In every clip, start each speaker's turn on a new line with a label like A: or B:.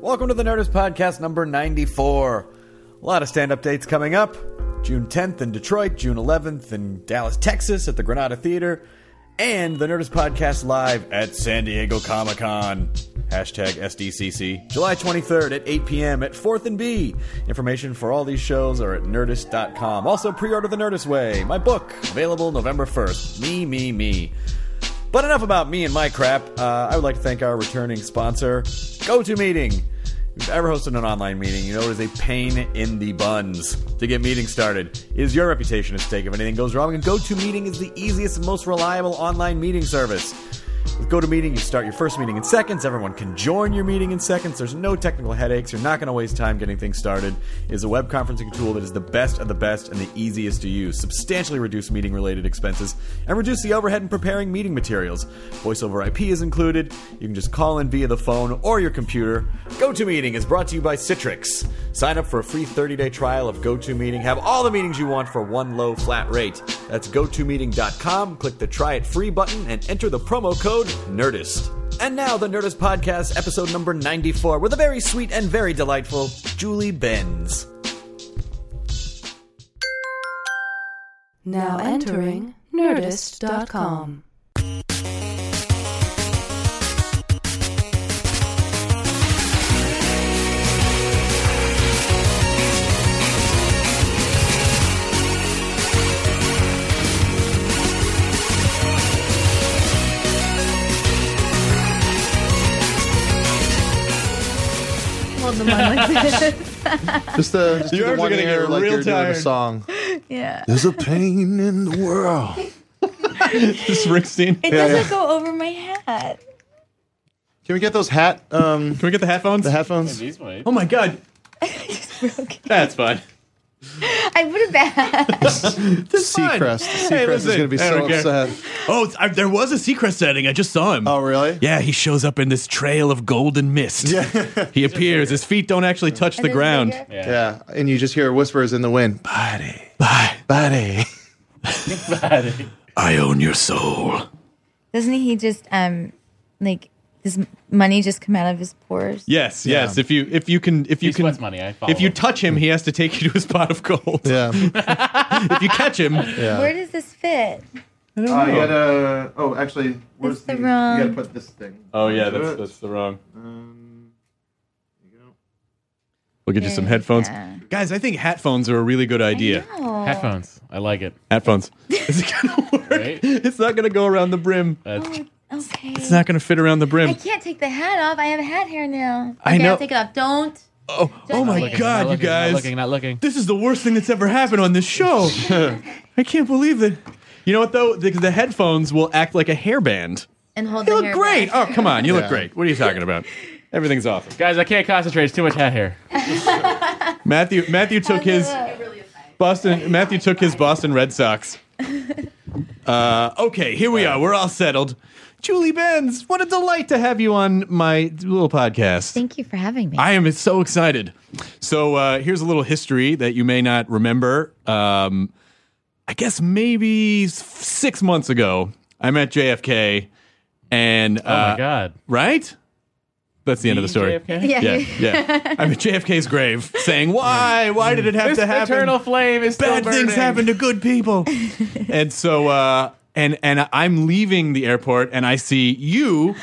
A: Welcome to the Nerdist Podcast number 94. A lot of stand up dates coming up June 10th in Detroit, June 11th in Dallas, Texas at the Granada Theater, and the Nerdist Podcast live at San Diego Comic Con. Hashtag SDCC. July 23rd at 8 p.m. at 4th and B. Information for all these shows are at nerdist.com. Also, pre order The Nerdist Way, my book, available November 1st. Me, me, me. But enough about me and my crap. Uh, I would like to thank our returning sponsor, GoToMeeting. If you've ever hosted an online meeting, you know it is a pain in the buns to get meetings started. It is your reputation at stake if anything goes wrong, and GoToMeeting is the easiest and most reliable online meeting service. With GoToMeeting, you start your first meeting in seconds. Everyone can join your meeting in seconds. There's no technical headaches. You're not going to waste time getting things started. It is a web conferencing tool that is the best of the best and the easiest to use. Substantially reduce meeting related expenses and reduce the overhead in preparing meeting materials. Voice over IP is included. You can just call in via the phone or your computer. GoToMeeting is brought to you by Citrix. Sign up for a free 30 day trial of GoToMeeting. Have all the meetings you want for one low flat rate. That's gotomeeting.com. Click the try it free button and enter the promo code NERDIST. And now, the Nerdist Podcast, episode number 94, with a very sweet and very delightful Julie Benz.
B: Now entering Nerdist.com. Hold them on like this.
C: Just the just do
D: Your
C: the
D: arms are
C: one
D: gonna get
C: ear like
D: real
C: you're doing
D: tired.
C: a song.
B: yeah.
C: There's a pain in the world.
D: This is Rickstein.
B: It
D: Can
B: doesn't go over my hat.
C: Can we get those hat um
D: we get the headphones?
C: the headphones?
D: Oh my god, that's fun.
B: I would have bad.
D: This
C: Seacrest.
D: Hey,
C: Seacrest is
D: listen,
C: gonna be
D: I
C: so
D: don't care.
C: upset.
D: Oh, it's- I, there was a Seacrest setting. I just saw him.
C: Oh really?
D: Yeah, he shows up in this trail of golden mist. Yeah. he appears. His feet don't actually touch the ground.
C: Yeah. And you just hear whispers in the wind. Buddy. Bye. Buddy.
D: I own your soul.
B: Doesn't he just um like does money just come out of his pores?
D: Yes, yes. If you if you can if you
E: He
D: can
E: sweats money. I follow
D: if you
E: him.
D: touch him, he has to take you to his pot of gold.
C: Yeah.
D: if you catch him,
B: Where does this fit?
C: Oh, you gotta. Oh, actually,
B: It's the wrong-
C: put this thing. Um,
D: oh yeah,
C: that's- that's
D: the wrong. We'll get you some
B: There you
D: headphones,
B: go.
D: guys. I think headphones are a really good idea.
B: Oh.
E: headphones. I like it.
D: Headphones. Is it gonna work?
E: Right?
D: It's not gonna go around the brim.
E: That's
B: Okay.
D: It's not gonna fit around the
B: I
D: brim.
B: can't take the hat off. I have hat hair now.
D: I
B: Okay,
D: know.
B: I'll take it off. Don't.
D: Oh, oh my
E: looking,
D: god,
E: not
D: you
E: looking,
D: guys.
E: Not looking, not looking.
D: This is the worst thing that's ever happened on this show. I can't believe that. You know what though? The, the headphones will act like a hairband.
B: And hold
D: You
B: the
D: look
B: hair
D: great.
B: back.
D: Oh, come on. You
C: Yeah.
D: look great. What are you talking about? Everything's awesome.
E: Guys, I can't concentrate. It's too much hat hair.
D: Matthew Matthew took his Boston Matthew took his Boston Red Sox. Uh, okay, here we are. We're all settled. Julie Benz, what a delight to have you on my little podcast.
B: Thank you for having me.
D: I am so excited. So uh, here's a little history that you may not remember. Um, I guess maybe s- six months ago, I met JFK, and uh,
E: Oh my god.
D: right? That's the end of the story.
E: JFK?
B: yeah.
D: Yeah, yeah. I'm at JFK's grave, saying, "Why? Why did it have
E: This
D: to happen?
E: eternal flame is still
D: Bad things
E: burning.
D: happen to good people." and so, uh, and and I'm leaving the airport, and I see you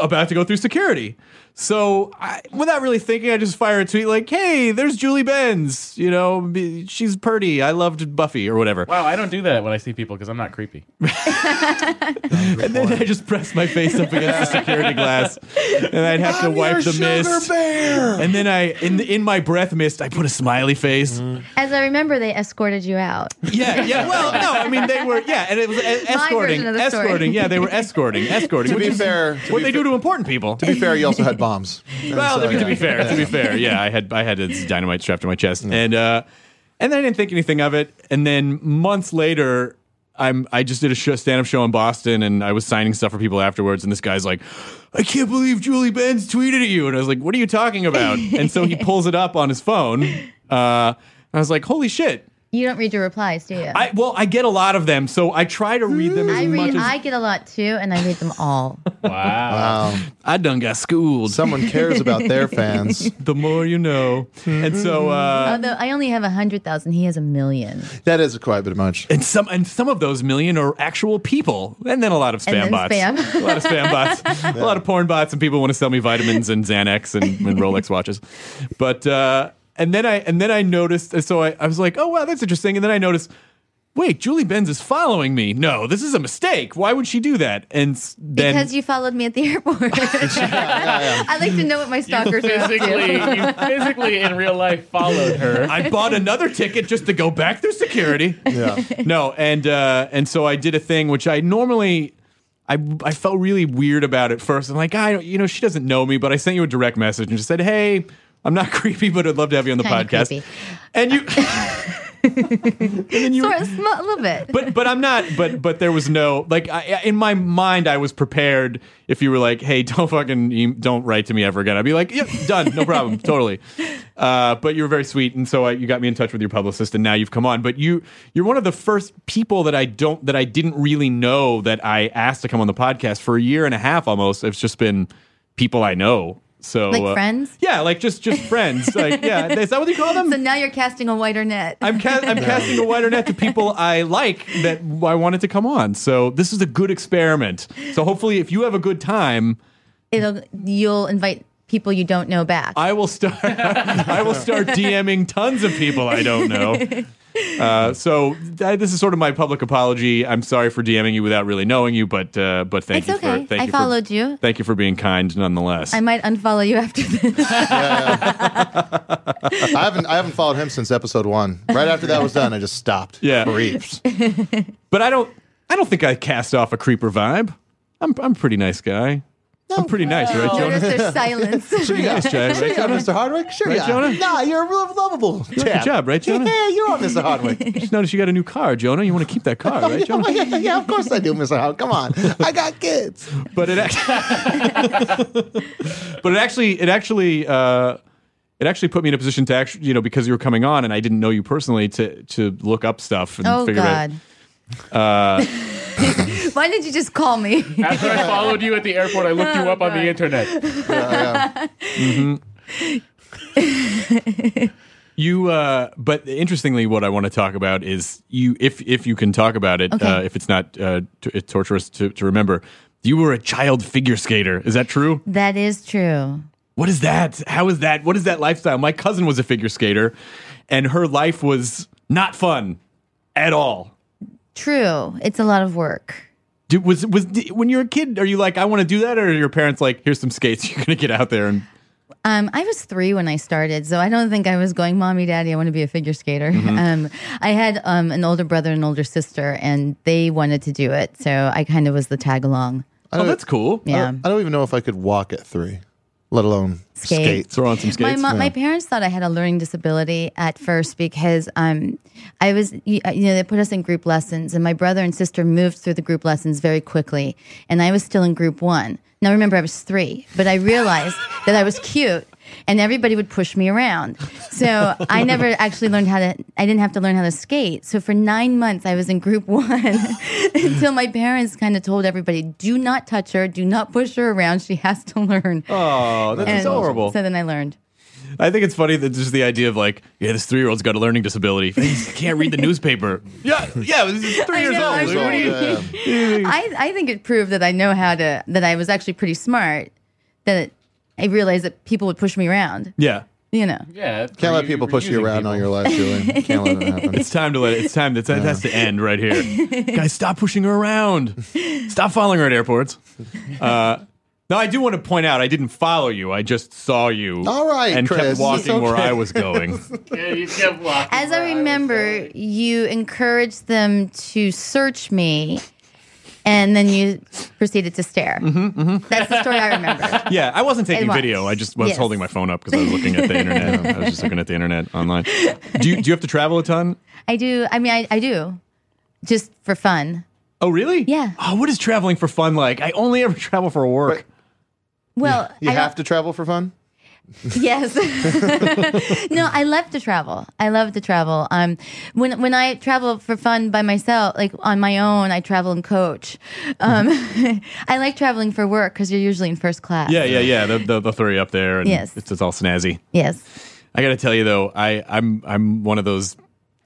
D: about to go through security. So I, without really thinking, I just fire a tweet like, "Hey, there's Julie Benz. You know, be- she's pretty. I loved Buffy or whatever."
E: Wow, I don't do that when I see people because I'm not creepy.
D: And then I just press my face up against the security glass, and I'd have to wipe the mist. And then I, in in my breath mist, I put a smiley face.
B: As I remember, they escorted you out.
D: Yeah, yeah. Well, no, I mean they were. Yeah, and it was e- escorting,
B: version of the story.
D: escorting. Yeah, they were escorting, escorting.
C: To
D: which
C: be
D: is
C: fair- to
D: what
C: be
D: they
C: fair-
D: do to important people.
C: To be fair, you also had bombs. And
D: well,
C: so,
D: to, be, to be
C: yeah.
D: fair, to be fair, yeah, I had I had this dynamite strapped to my chest, and uh, and then I didn't think anything of it, and then months later. I'm, I just did a show, stand-up show in Boston, and I was signing stuff for people afterwards. And this guy's like, "I can't believe Julie Benz tweeted at you," and I was like, "What are you talking about?" and so he pulls it up on his phone. Uh, and I was like, "Holy shit!"
B: You don't read your replies, do you?
D: I well, I get a lot of them, so I try to read them as
B: I
D: much
B: read.
D: as
B: I get a lot too, and I read them all.
E: Wow.
D: I done got schooled.
C: Um, Someone cares about their fans.
D: the more you know, and so uh,
B: Although I only have a hundred thousand, he has a million.
C: That is quite a bit much.
D: and some and some of those million are actual people, and then a lot of
B: And
D: spam
B: then
D: bots,
B: spam.
D: a lot of spam bots, a lot of porn bots, and people want to sell me vitamins and Xanax and, and Rolex watches, but uh, and then I and then I noticed, so I, I was like, oh wow, that's interesting, and then I noticed. Wait, Julie Benz is following me. No, this is a mistake. Why would she do that? And s- then
B: Because you followed me at the airport. I like to know what my stalkers are up
E: Physically,
B: to.
E: you physically in real life followed her.
D: I bought another ticket just to go back through security.
C: Yeah.
D: No, and uh, and so I did a thing which I normally. I, I felt really weird about it first. I'm like, I don't, you know, she doesn't know me, but I sent you a direct message and just said, hey, I'm not creepy, but I'd love to have you on the
B: Kinda
D: podcast.
B: creepy.
D: And you,
B: Sort of, sm- a little bit.
D: but but I'm not. But but there was no like I, I- in my mind I was prepared. If you were like, hey, don't fucking e- don't write to me ever again, I'd be like, yep, done, no problem, totally. Uh, but you were very sweet, and so I, you got me in touch with your publicist, and now you've come on. But you you're one of the first people that I don't that I didn't really know that I asked to come on the podcast for a year and a half almost. It's just been people I know. So
B: Like
D: uh,
B: friends?
D: yeah, like just just friends. like yeah, is that what you call them?
B: so now you're casting a wider net.
D: um, I'm, ca- I'm casting a wider net to people I like that I wanted to come on. So this is a good experiment. So hopefully, if you have a good time,
B: It'll you'll invite people you don't know back.
D: I will start. I will start DMing tons of people I don't know. Uh, so th- this is sort of my public apology. I'm sorry for DMing you without really knowing you, but uh, but thank
B: it's
D: you
B: okay.
D: for thank
B: I
D: you
B: followed
D: for,
B: you.
D: Thank you for being kind, nonetheless.
B: I might unfollow you after this.
C: I haven't I haven't followed him since episode one. Right after that was done, I just stopped.
D: Yeah.
C: For eeps.
D: but I don't. I don't think I cast off a creeper vibe. I'm I'm a pretty nice guy. I'm pretty nice, right,
B: Notice
D: Jonah?
B: there's silence.
D: Pretty nice, Jay, right,
C: Yeah, Mr. Hardwick? Sure,
D: Right,
C: yeah.
D: Jonah?
C: Nah, you're lo- lovable. Good
D: job, right, Jonah?
C: Yeah, you're on, Mr. Hardwick.
D: Just noticed you got a new car, Jonah. You want to keep that car, right,
C: Oh,
D: Jonah?
C: yeah, yeah, of course I do, Mr. Hardwick. Come on. I got kids.
D: But it, act- but it actually, it actually, uh, it actually put me in a position to actually, you know, because you were coming on and I didn't know you personally to to look up stuff and
B: oh
D: figure
B: God.
D: out. Uh,
B: Why didn't you just call me?
E: After I followed you at the airport, I looked you up on the internet.
D: You, uh, but interestingly, what I want to talk about is you, if if you can talk about it,
B: Okay.
D: uh, if it's not uh, t- it's torturous to, to remember. You were a child figure skater. Is that true?
B: that is true.
D: what is that? How is that? What is that lifestyle? My cousin was a figure skater, and her life was not fun at all.
B: True. It's a lot of work.
D: Did, was was di- when you're a kid? Are you like I want to do that, or are your parents like here's some skates? You're gonna get out there and
B: Um, I was three when I started, so I don't think I was going, "Mommy, Daddy, I want to be a figure skater." Um, I had um, an older brother and older sister, and they wanted to do it, so I kind of was the tag along.
D: oh that's cool.
B: Yeah.
C: I don't even know if I could walk at three, let alone skate.
B: Skate.
D: Throw on some
B: my
D: skates.
B: mom, my parents thought I had a learning disability at first because um, I was you you know they put us in group lessons and my brother and sister moved through the group lessons very quickly and I was still in group one. Now remember I was three, but I realized that I was cute and everybody would push me around. So I never actually learned how to. I didn't have to learn how to skate. So for nine months I was in group one until my parents kind of told everybody, "Do not touch her. Do not push her around. She has to learn."
D: Oh, that's
B: And
D: adorable.
B: So then I learned.
D: I think it's funny that just the idea of like, yeah, this three year old's got a learning disability. He can't read the newspaper. Yeah, yeah, this is three
B: I
D: years
B: know,
D: old.
B: I'm
D: Lou. What do you-
C: Yeah.
B: I, I think it proved that I know how to that I was actually pretty smart. That I realized that people would push me around.
D: Yeah.
B: You know,
E: Yeah.
C: Can't let
E: you-
C: people
E: you're
C: push you
E: using
C: around all your
E: people.
C: life, Julie. Can't let it happen.
D: It's time to let it. It's time. That's, that has to end right here. Guys, stop pushing her around. Stop following her at airports. Uh, now, I do want to point out I didn't follow you. I just saw you.
C: All right,
D: and
C: Chris.
D: kept
C: It's
D: walking where
C: okay.
D: I was going.
E: Yeah, you kept walking
B: as
E: around.
B: I remember, you encouraged them to search me, and then you proceeded to stare.
C: Mm-hmm,
B: That's the story I remember.
D: Yeah, I wasn't taking
B: It was.
D: video. I just was
B: Yes.
D: holding my phone up because I was looking at the internet. I was just looking at the internet online. Do you, do you have to travel a ton?
B: I do. I mean, I, I do, just for fun.
D: Oh, really?
B: Yeah.
D: Oh, what is traveling for fun like? I only ever travel for work.
B: Well,
C: You
B: I don't-
C: have to travel for fun?
B: Yes. no, I love to travel. I love to travel. Um, when when I travel for fun by myself, like on my own, I travel and coach. Um, I like traveling for work because you're usually in first class.
D: Yeah, yeah, yeah. The, the, the three up there. And
B: Yes.
D: It's, it's all snazzy.
B: Yes.
D: I got to tell you though, I I'm I'm one of those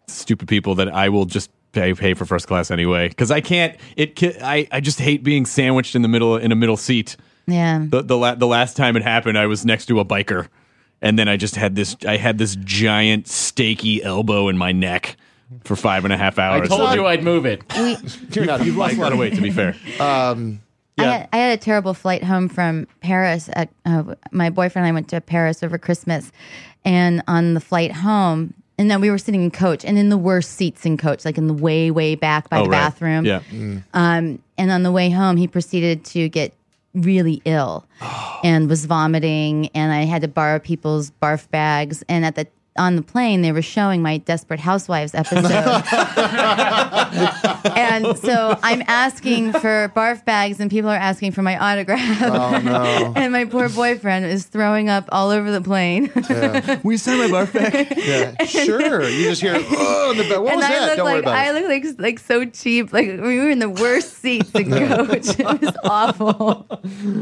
D: stupid people that I will just pay pay for first class anyway because I can't. It ca- I I just hate being sandwiched in the middle in a middle seat.
B: Yeah.
D: The the la- the last time it happened, I was next to a biker, and then I just had this I had this giant steaky elbow in my neck for five and a half
E: I
D: hours.
E: told you I'd move it.
B: We,
C: You're not
D: You've lost a lot of weight, to be fair.
B: I,
D: Yeah.
B: had, I had a terrible flight home from Paris. At uh, my boyfriend and I went to Paris over Christmas, and on the flight home, and then we were sitting in coach and in the worst seats in coach, like in the way way back by
D: Oh,
B: the
D: right.
B: bathroom.
D: Yeah.
B: Um, and on the way home, he proceeded to get really ill
D: Oh.
B: and was vomiting. And I had to borrow people's barf bags. And at the on the plane, they were showing my Desperate Housewives episode. and so I'm asking for barf bags, and people are asking for my autograph. Oh, no. and my poor boyfriend is throwing up all over the plane.
D: Will you sign my barf bag?
C: Yeah, sure. You just hear, oh, in the bed. What
B: and
C: was
B: I
C: that?
B: look
C: Don't worry
B: like
C: about
B: I
C: it.
B: look like like so cheap. Like we were in the worst seats to coach. It was awful.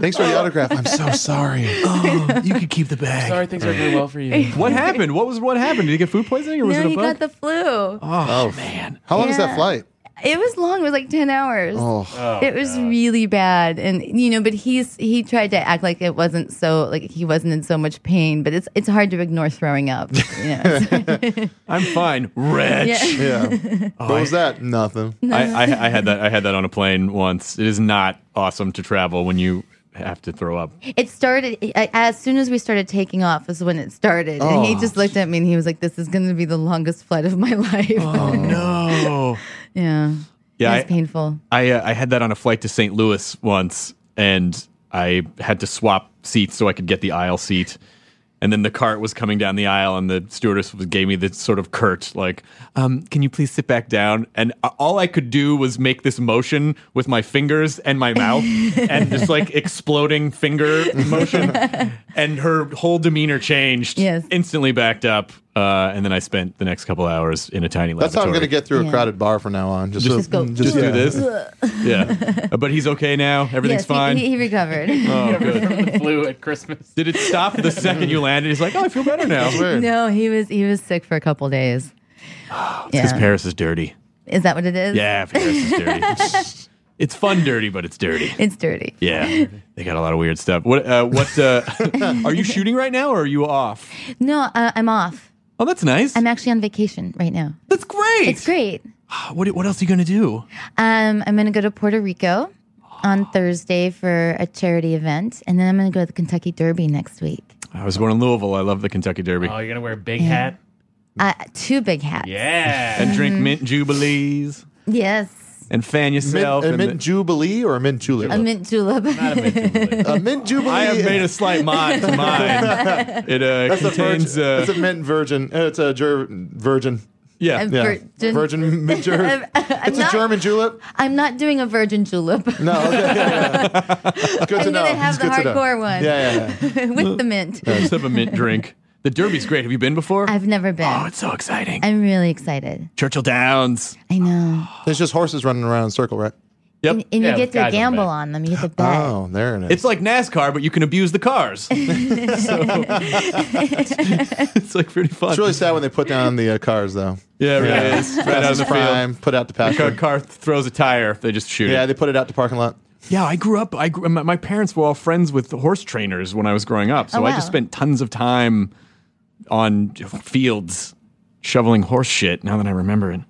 C: Thanks for
B: Oh.
C: the autograph. I'm so sorry.
D: oh, you could keep the bag.
E: Sorry, things aren't going well for you.
D: What happened? What was what happened? Did you get food poisoning or was
B: no,
D: it a
B: he
D: bug?
B: got the flu.
D: oh man.
C: How long is that
B: Yeah.
C: flight?
B: It was long. It was like ten hours.
C: Oh,
B: it was really bad, and you know, but he's he tried to act like it wasn't so like he wasn't in so much pain. But it's it's hard to ignore throwing up. You know?
D: I'm fine. Wretch.
B: Yeah.
C: yeah.
D: Oh,
C: what was that? Nothing.
D: I, I, I had that. I had that on a plane once. It is not awesome to travel when you have to throw up.
B: it started I- as soon as we started taking off is when it started, and he just looked at me and he was like, "This is going to be the longest flight of my life."
D: No.
B: yeah,
D: Oh. Yeah,
B: it was
D: I-
B: painful.
D: I uh, I had that on a flight to St. Louis once, and I had to swap seats so I could get the aisle seat. And then the cart was coming down the aisle, and the stewardess was, gave me this sort of curt, like, um, "Can you please sit back down?" And a- all I could do was make this motion with my fingers and my mouth, and just like exploding finger motion. And her whole demeanor changed.
B: Yes.
D: instantly backed up, uh, and then I spent the next couple hours in a tiny.
C: That's how I'm going to
D: laboratory.
C: get through
B: Yeah.
C: a crowded bar from now on. Just,
B: Just go,
D: Just
B: Yeah.
D: do this. yeah. Uh, But he's okay now. Everything's
B: yes, he-
D: fine.
B: He, he recovered.
D: oh, good.
E: From the flu at Christmas.
D: Did it stop the second you landed? He's like, oh, I feel better now.
C: That's weird.
B: no, he was he was sick for a couple days.
D: Because
B: Yeah.
D: Paris is dirty.
B: Is that what it is?
D: Yeah, Paris is dirty. it's fun dirty, but it's dirty.
B: It's dirty.
D: Yeah. They got a lot of weird stuff. What, uh, what, uh, are you shooting right now or are you off?
B: No, uh, I'm off.
D: Oh, that's nice.
B: I'm actually on vacation right now.
D: that's great.
B: It's great.
D: What, what else are you going to do?
B: Um, I'm going to go to Puerto Rico on Thursday for a charity event, and then I'm going to go to the Kentucky Derby next week.
D: I was born in Louisville. I love the Kentucky Derby.
E: Oh, you're gonna wear a big hat.
B: Uh, two big hats.
E: Yeah.
D: and drink mint jubilees
B: Yes,
D: and fan
C: Mint,
D: yourself.
C: a
D: and
C: mint
D: the-
C: jubilee or a mint julep?
B: a mint julep.
E: Not a mint
C: a mint jubilee.
D: I have made a slight mod to mine. It uh,
C: That's a,
D: contains.
C: virgin,
D: uh,
C: that's a mint virgin. Uh, It's a ger- virgin.
D: yeah.
B: A
C: Yeah.
B: Virgin-
C: Virgin mint
B: I'm,
C: julep.
B: I'm
C: It's a
B: not,
C: German julep.
B: I'm not doing a virgin julep.
C: No, okay. yeah, yeah, yeah. It's good
B: I'm
C: to know.
B: going to
C: It's
B: have the
C: good to know.
B: hardcore one
C: Yeah, yeah, yeah.
B: with the mint.
D: Just have a mint drink. The Derby's great. Have you been before?
B: I've never been.
D: oh, it's so exciting.
B: I'm really excited.
D: Churchill Downs.
B: I know.
C: It's just horses running around in a circle, right?
D: Yep.
B: And, and
E: Yeah,
B: you get to
E: guys don't
B: gamble
E: bet.
B: on them. You get to bet.
C: Oh, there it is.
D: It's like NASCAR, but you can abuse the cars. so it's like pretty fun.
C: It's really sad when they put down the uh, cars, though.
D: yeah, it really is. Right out of the
C: Prime,
D: field.
C: put out to
D: Car,
C: pasture.
D: car throws a tire. They just shoot
C: Yeah,
D: it.
C: they put it out to parking lot.
D: Yeah, I grew up. I grew, my, my parents were all friends with the horse trainers when I was growing up, so
B: Oh,
D: I just
B: wow.
D: spent tons of time on fields shoveling horse shit. Now that I remember it,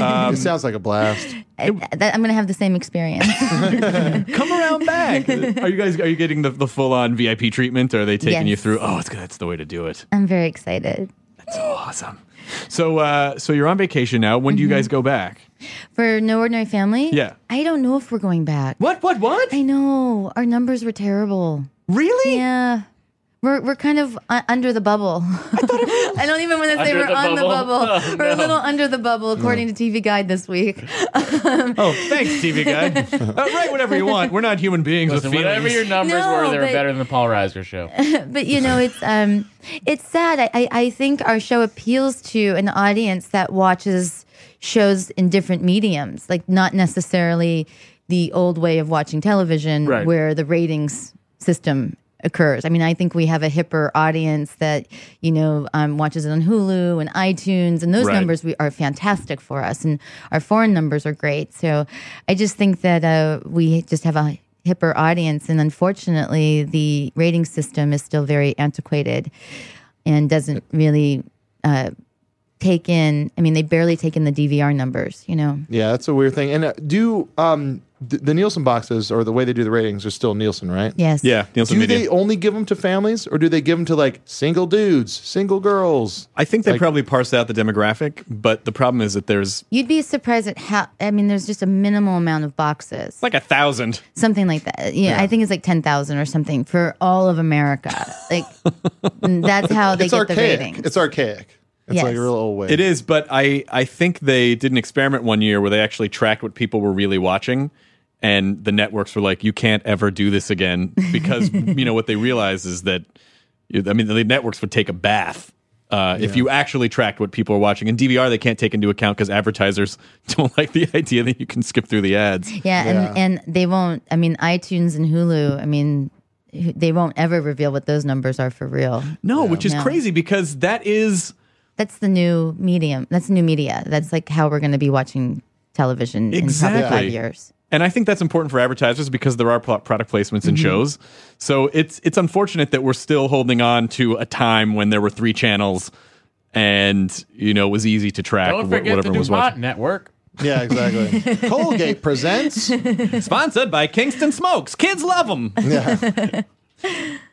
D: Um,
C: it sounds like a blast.
B: That, I'm going to have the same experience.
D: come around back. are you guys? Are you getting the, the full on VIP treatment? Or are they taking you
B: Yes.
D: through? Oh, it's good. That's the way to do it.
B: I'm very excited.
D: That's awesome. So, uh, so you're on vacation now. When do
B: Mm-hmm.
D: you guys go back?
B: For No Ordinary Family?
D: Yeah.
B: I don't know if we're going back.
D: What? What? What?
B: I know. Our numbers were terrible.
D: Really?
B: Yeah. We're, we're kind of uh, under the bubble. I, don't even want to say
E: Under
B: we're
E: the
B: on the
E: bubble?
B: bubble.
E: Oh,
B: we're
E: no.
B: a little under the bubble, according to TV Guide this week.
D: Oh, thanks, TV guy. uh, write whatever you want. We're not human beings
E: Listen,
D: with
E: whatever
D: feelings.
E: your numbers
B: No,
E: were, they were
B: but-
E: better than the Paul Reiser show.
B: but you know it's um it's sad I, I i think our show appeals to an audience that watches shows in different mediums like not necessarily the old way of watching television
D: Right.
B: where the ratings system occurs i mean i think we have a hipper audience that you know um, watches it on hulu and itunes and those
D: Right.
B: numbers we are fantastic for us and our foreign numbers are great so i just think that uh, we just have a hipper audience and unfortunately the rating system is still very antiquated and doesn't really uh, take in i mean they barely take in the dvr numbers you know
C: Yeah, that's a weird thing. And uh, do um th- the Nielsen boxes or the way they do the ratings are still Nielsen, right?
B: yes
D: yeah, Nielsen
C: Do
D: Media.
C: they only give them to families, or do they give them to like single dudes, single girls?
D: I think they
C: Like-
D: probably parse out the demographic, but the problem is that there's
B: you'd be surprised at how i mean there's just a minimal amount of boxes
D: like a thousand.
B: something like that yeah, i think it's like 10000 or something for all of america like and that's how they
C: it's
B: get
C: archaic.
B: the ratings
C: It's archaic. It's
B: Yes.
C: like a real old way.
D: It is, but I I think they did an experiment one year where they actually tracked what people were really watching, and the networks were like, "You can't ever do this again," because you know what they realize is that, I mean, the networks would take a bath. Uh, If you actually tracked what people are watching, and DVR they can't take into account because advertisers don't like the idea that you can skip through the ads.
B: Yeah, and and they won't. I mean, iTunes and Hulu. I mean, they won't ever reveal what those numbers are for real.
D: No, which is
B: No.
D: crazy because that is
B: That's the new medium. That's new media. That's like how we're going to be watching television in probably
D: Exactly.
B: five years.
D: and I think that's important for advertisers because there are pro- product placements
B: Mm-hmm.
D: in shows. So it's it's unfortunate that we're still holding on to a time when there were three channels, and you know it was easy to track
E: Don't
D: wh-
E: forget
D: whatever
E: the
D: was
E: DuPont
D: watching.
E: Network.
C: Yeah, exactly. Colgate presents.
D: Sponsored by Kingston Smokes, kids love them. Yeah.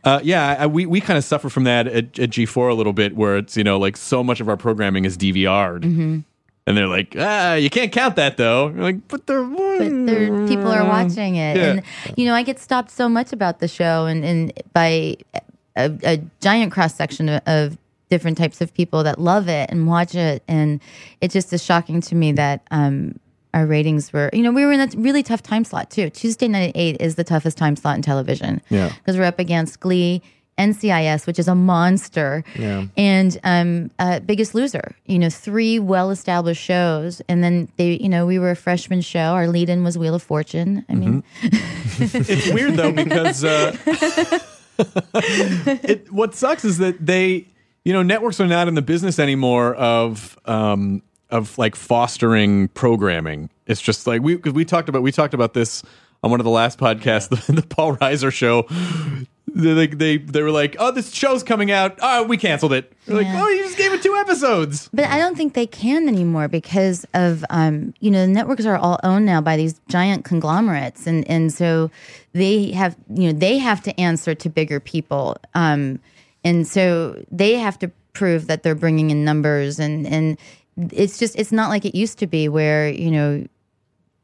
D: Uh, yeah, I, we, we kind of suffer from that at, at G4 a little bit, where it's, you know, like so much of our programming is DVR'd.
B: Mm-hmm.
D: And they're like, ah, you can't count that though. You're like, but they're.
B: But there, people are watching it,
D: Mm. Yeah.
B: and you know, I get stopped so much about the show, and and by a, a giant cross section of. of different types of people that love it and watch it and it just is shocking to me that um our ratings were you know we were in a really tough time slot too tuesday night at 8 is the toughest time slot in television
C: Yeah.
B: because we're up against glee ncis which is a monster
C: Yeah.
B: and um uh, biggest loser you know three well established shows and then they you know we were a freshman show our lead in was wheel of fortune i
C: Mm-hmm.
B: mean
D: it's weird though because uh, it, what sucks is that they, you know, networks are not in the business anymore of um, of like fostering programming. It's just like we 'cause we talked about we talked about this on one of the last podcasts, the, the Paul Reiser show. They, they they they were like, oh, this show's coming out. Oh, we canceled it. They're like,
B: Yeah.
D: oh, you just gave it two episodes.
B: But I don't think they can anymore because of um, you know the networks are all owned now by these giant conglomerates, and and so they have you know they have to answer to bigger people, um, and so they have to prove that they're bringing in numbers, and and it's just it's not like it used to be where you know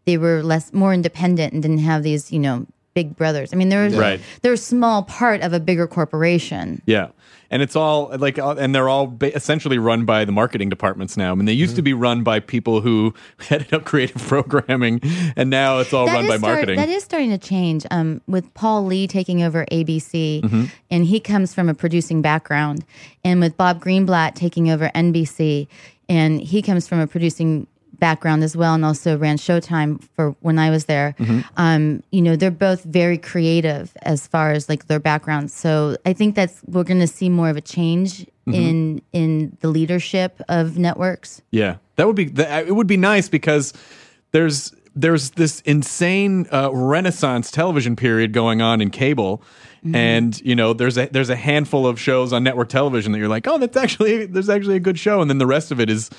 B: they were less more independent and didn't have these you know big brothers. I mean they're
D: Right.
B: they're a small part of a bigger corporation.
D: Yeah, and it's all like, uh, and they're all ba- essentially run by the marketing departments now. I mean, they used
B: Mm-hmm.
D: to be run by people who headed up creative programming, and now it's all
B: That
D: run
B: is
D: by
B: start-
D: marketing.
B: that is starting to change um, with Paul Lee taking over ABC,
D: Mm-hmm.
B: and he comes from a producing background, and with Bob Greenblatt taking over NBC, and he comes from a producing background as well, and also ran Showtime for when I was there.
D: Mm-hmm.
B: Um, you know, they're both very creative as far as like their backgrounds. So I think that's we're going to see more of a change
D: Mm-hmm.
B: in in the leadership of networks.
D: uh, yeah, that would be. That, it would be nice because there's there's this insane uh, renaissance television period going on in cable and you know there's a there's a handful of shows on network television that you're like oh that's actually there's actually a good show and then the rest of it is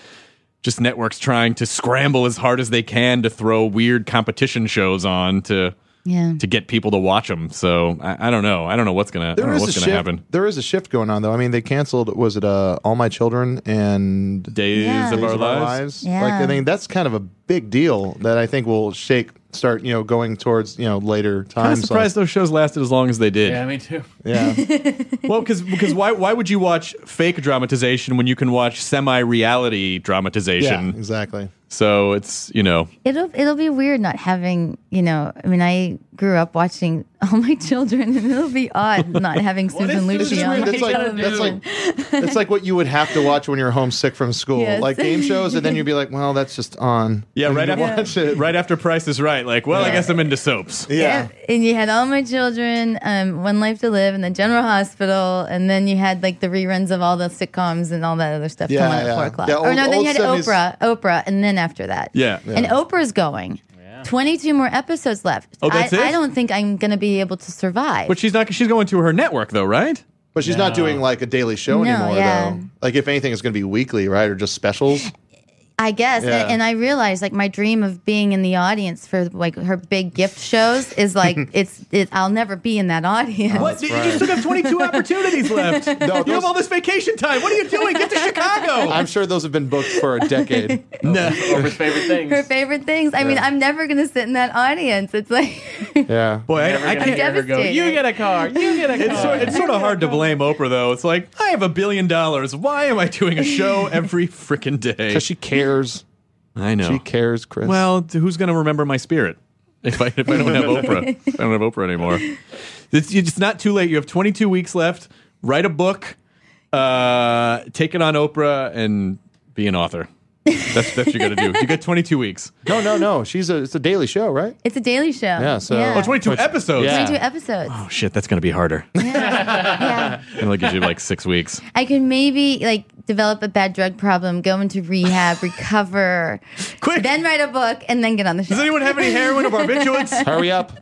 D: just networks trying to scramble as hard as they can to throw weird competition shows on to
B: Yeah.
D: to get people to watch them so i, I don't know i don't know what's gonna i
C: There
D: don't know
C: is a
D: what's
C: shift.
D: gonna happen
C: There is a shift going on though. I mean, they canceled. Was it uh, All My Children and
D: days
B: Yeah.
D: of
B: Days
D: our
C: Days of
D: lives,
B: Yeah.
C: Like I mean, that's kind of a big deal that I think will shake start you know going towards you know later
D: i'm
C: times. like-
D: surprised those shows lasted as long as they did
E: Yeah, me too.
C: yeah,
D: well, because because why why would you watch fake dramatization when you can watch semi reality
C: yeah,
D: dramatization?
C: exactly.
D: So it's you know
B: It'll it'll be weird not having you know. I mean, I grew up watching all my children, and it'll be odd not having Susan
E: is
B: Lucci
E: this
B: on.
E: weird?
C: That's
E: gotta
C: like that's
E: do.
C: like that's like what you would have to watch when you're homesick from school,
B: Yes.
C: like game shows, and then you'd be like, well, that's just on.
D: yeah
C: And
D: right
C: you
D: after
C: watch it.
D: right after Price is Right. Like well, I guess I'm into soaps.
C: Yeah.
B: And- And you had all my children, um, One Life to Live, and then General Hospital, and then you had like the reruns of all the sitcoms and all that other stuff
C: Yeah,
B: coming on
C: yeah.
B: at four o'clock.
C: Yeah,
B: or
C: old-
B: no, then
C: old
B: you had
C: 70s
B: Oprah, Oprah, and then after that,
D: Yeah.
B: and Oprah's going. Twenty-two more episodes left.
D: Oh, that's
B: I,
D: it?
B: I don't think I'm going to be able to survive.
D: But she's not. She's going to her network though, right?
C: But she's not doing like a daily show
B: No,
C: anymore,
B: yeah.
C: though. Like, if anything, it's going to be weekly, right, or just specials.
B: I guess,
C: Yeah.
B: and, and I realized like my dream of being in the audience for like her big gift shows is like it's it, I'll never be in that audience.
D: What? You just took up 22 opportunities left.
C: No,
D: you
C: those-
D: have all this vacation time. What are you doing? Get to Chicago.
C: I'm sure those have been booked for a decade.
E: Oprah's favorite things.
B: Her favorite things. I mean, I'm never gonna sit in that audience. It's like
C: yeah.
D: Boy, I, I
E: Never gonna
D: can't.
E: hear her go,
B: Devastated.
E: You get a car. You get a car.
D: It's sort, it's sort of hard to blame Oprah though. It's like I have a billion dollars. Why am I doing a show every freaking day?
C: Because she cares.
D: I know
C: She cares, Chris.
D: Well, t- who's going to remember my spirit if I if I don't have Oprah? If I don't have Oprah anymore. It's, it's not too late. You have 22 weeks left. Write a book, uh, take it on Oprah, and be an author. That's that's what you got to do. You got 22 weeks.
C: no, no, no. She's a. It's a daily show, right?
B: it's a daily show.
C: Yeah, so-
B: yeah.
D: Oh, 22 episodes.
C: Yeah.
B: 22 episodes.
D: Oh shit, that's going to be harder.
B: yeah.
D: It only gives you like six weeks.
B: I could maybe like develop a bad drug problem, go into rehab, recover,
D: Quick.
B: then write a book, and then get on the show.
D: Does anyone have any heroin or barbiturates?
C: Hurry up.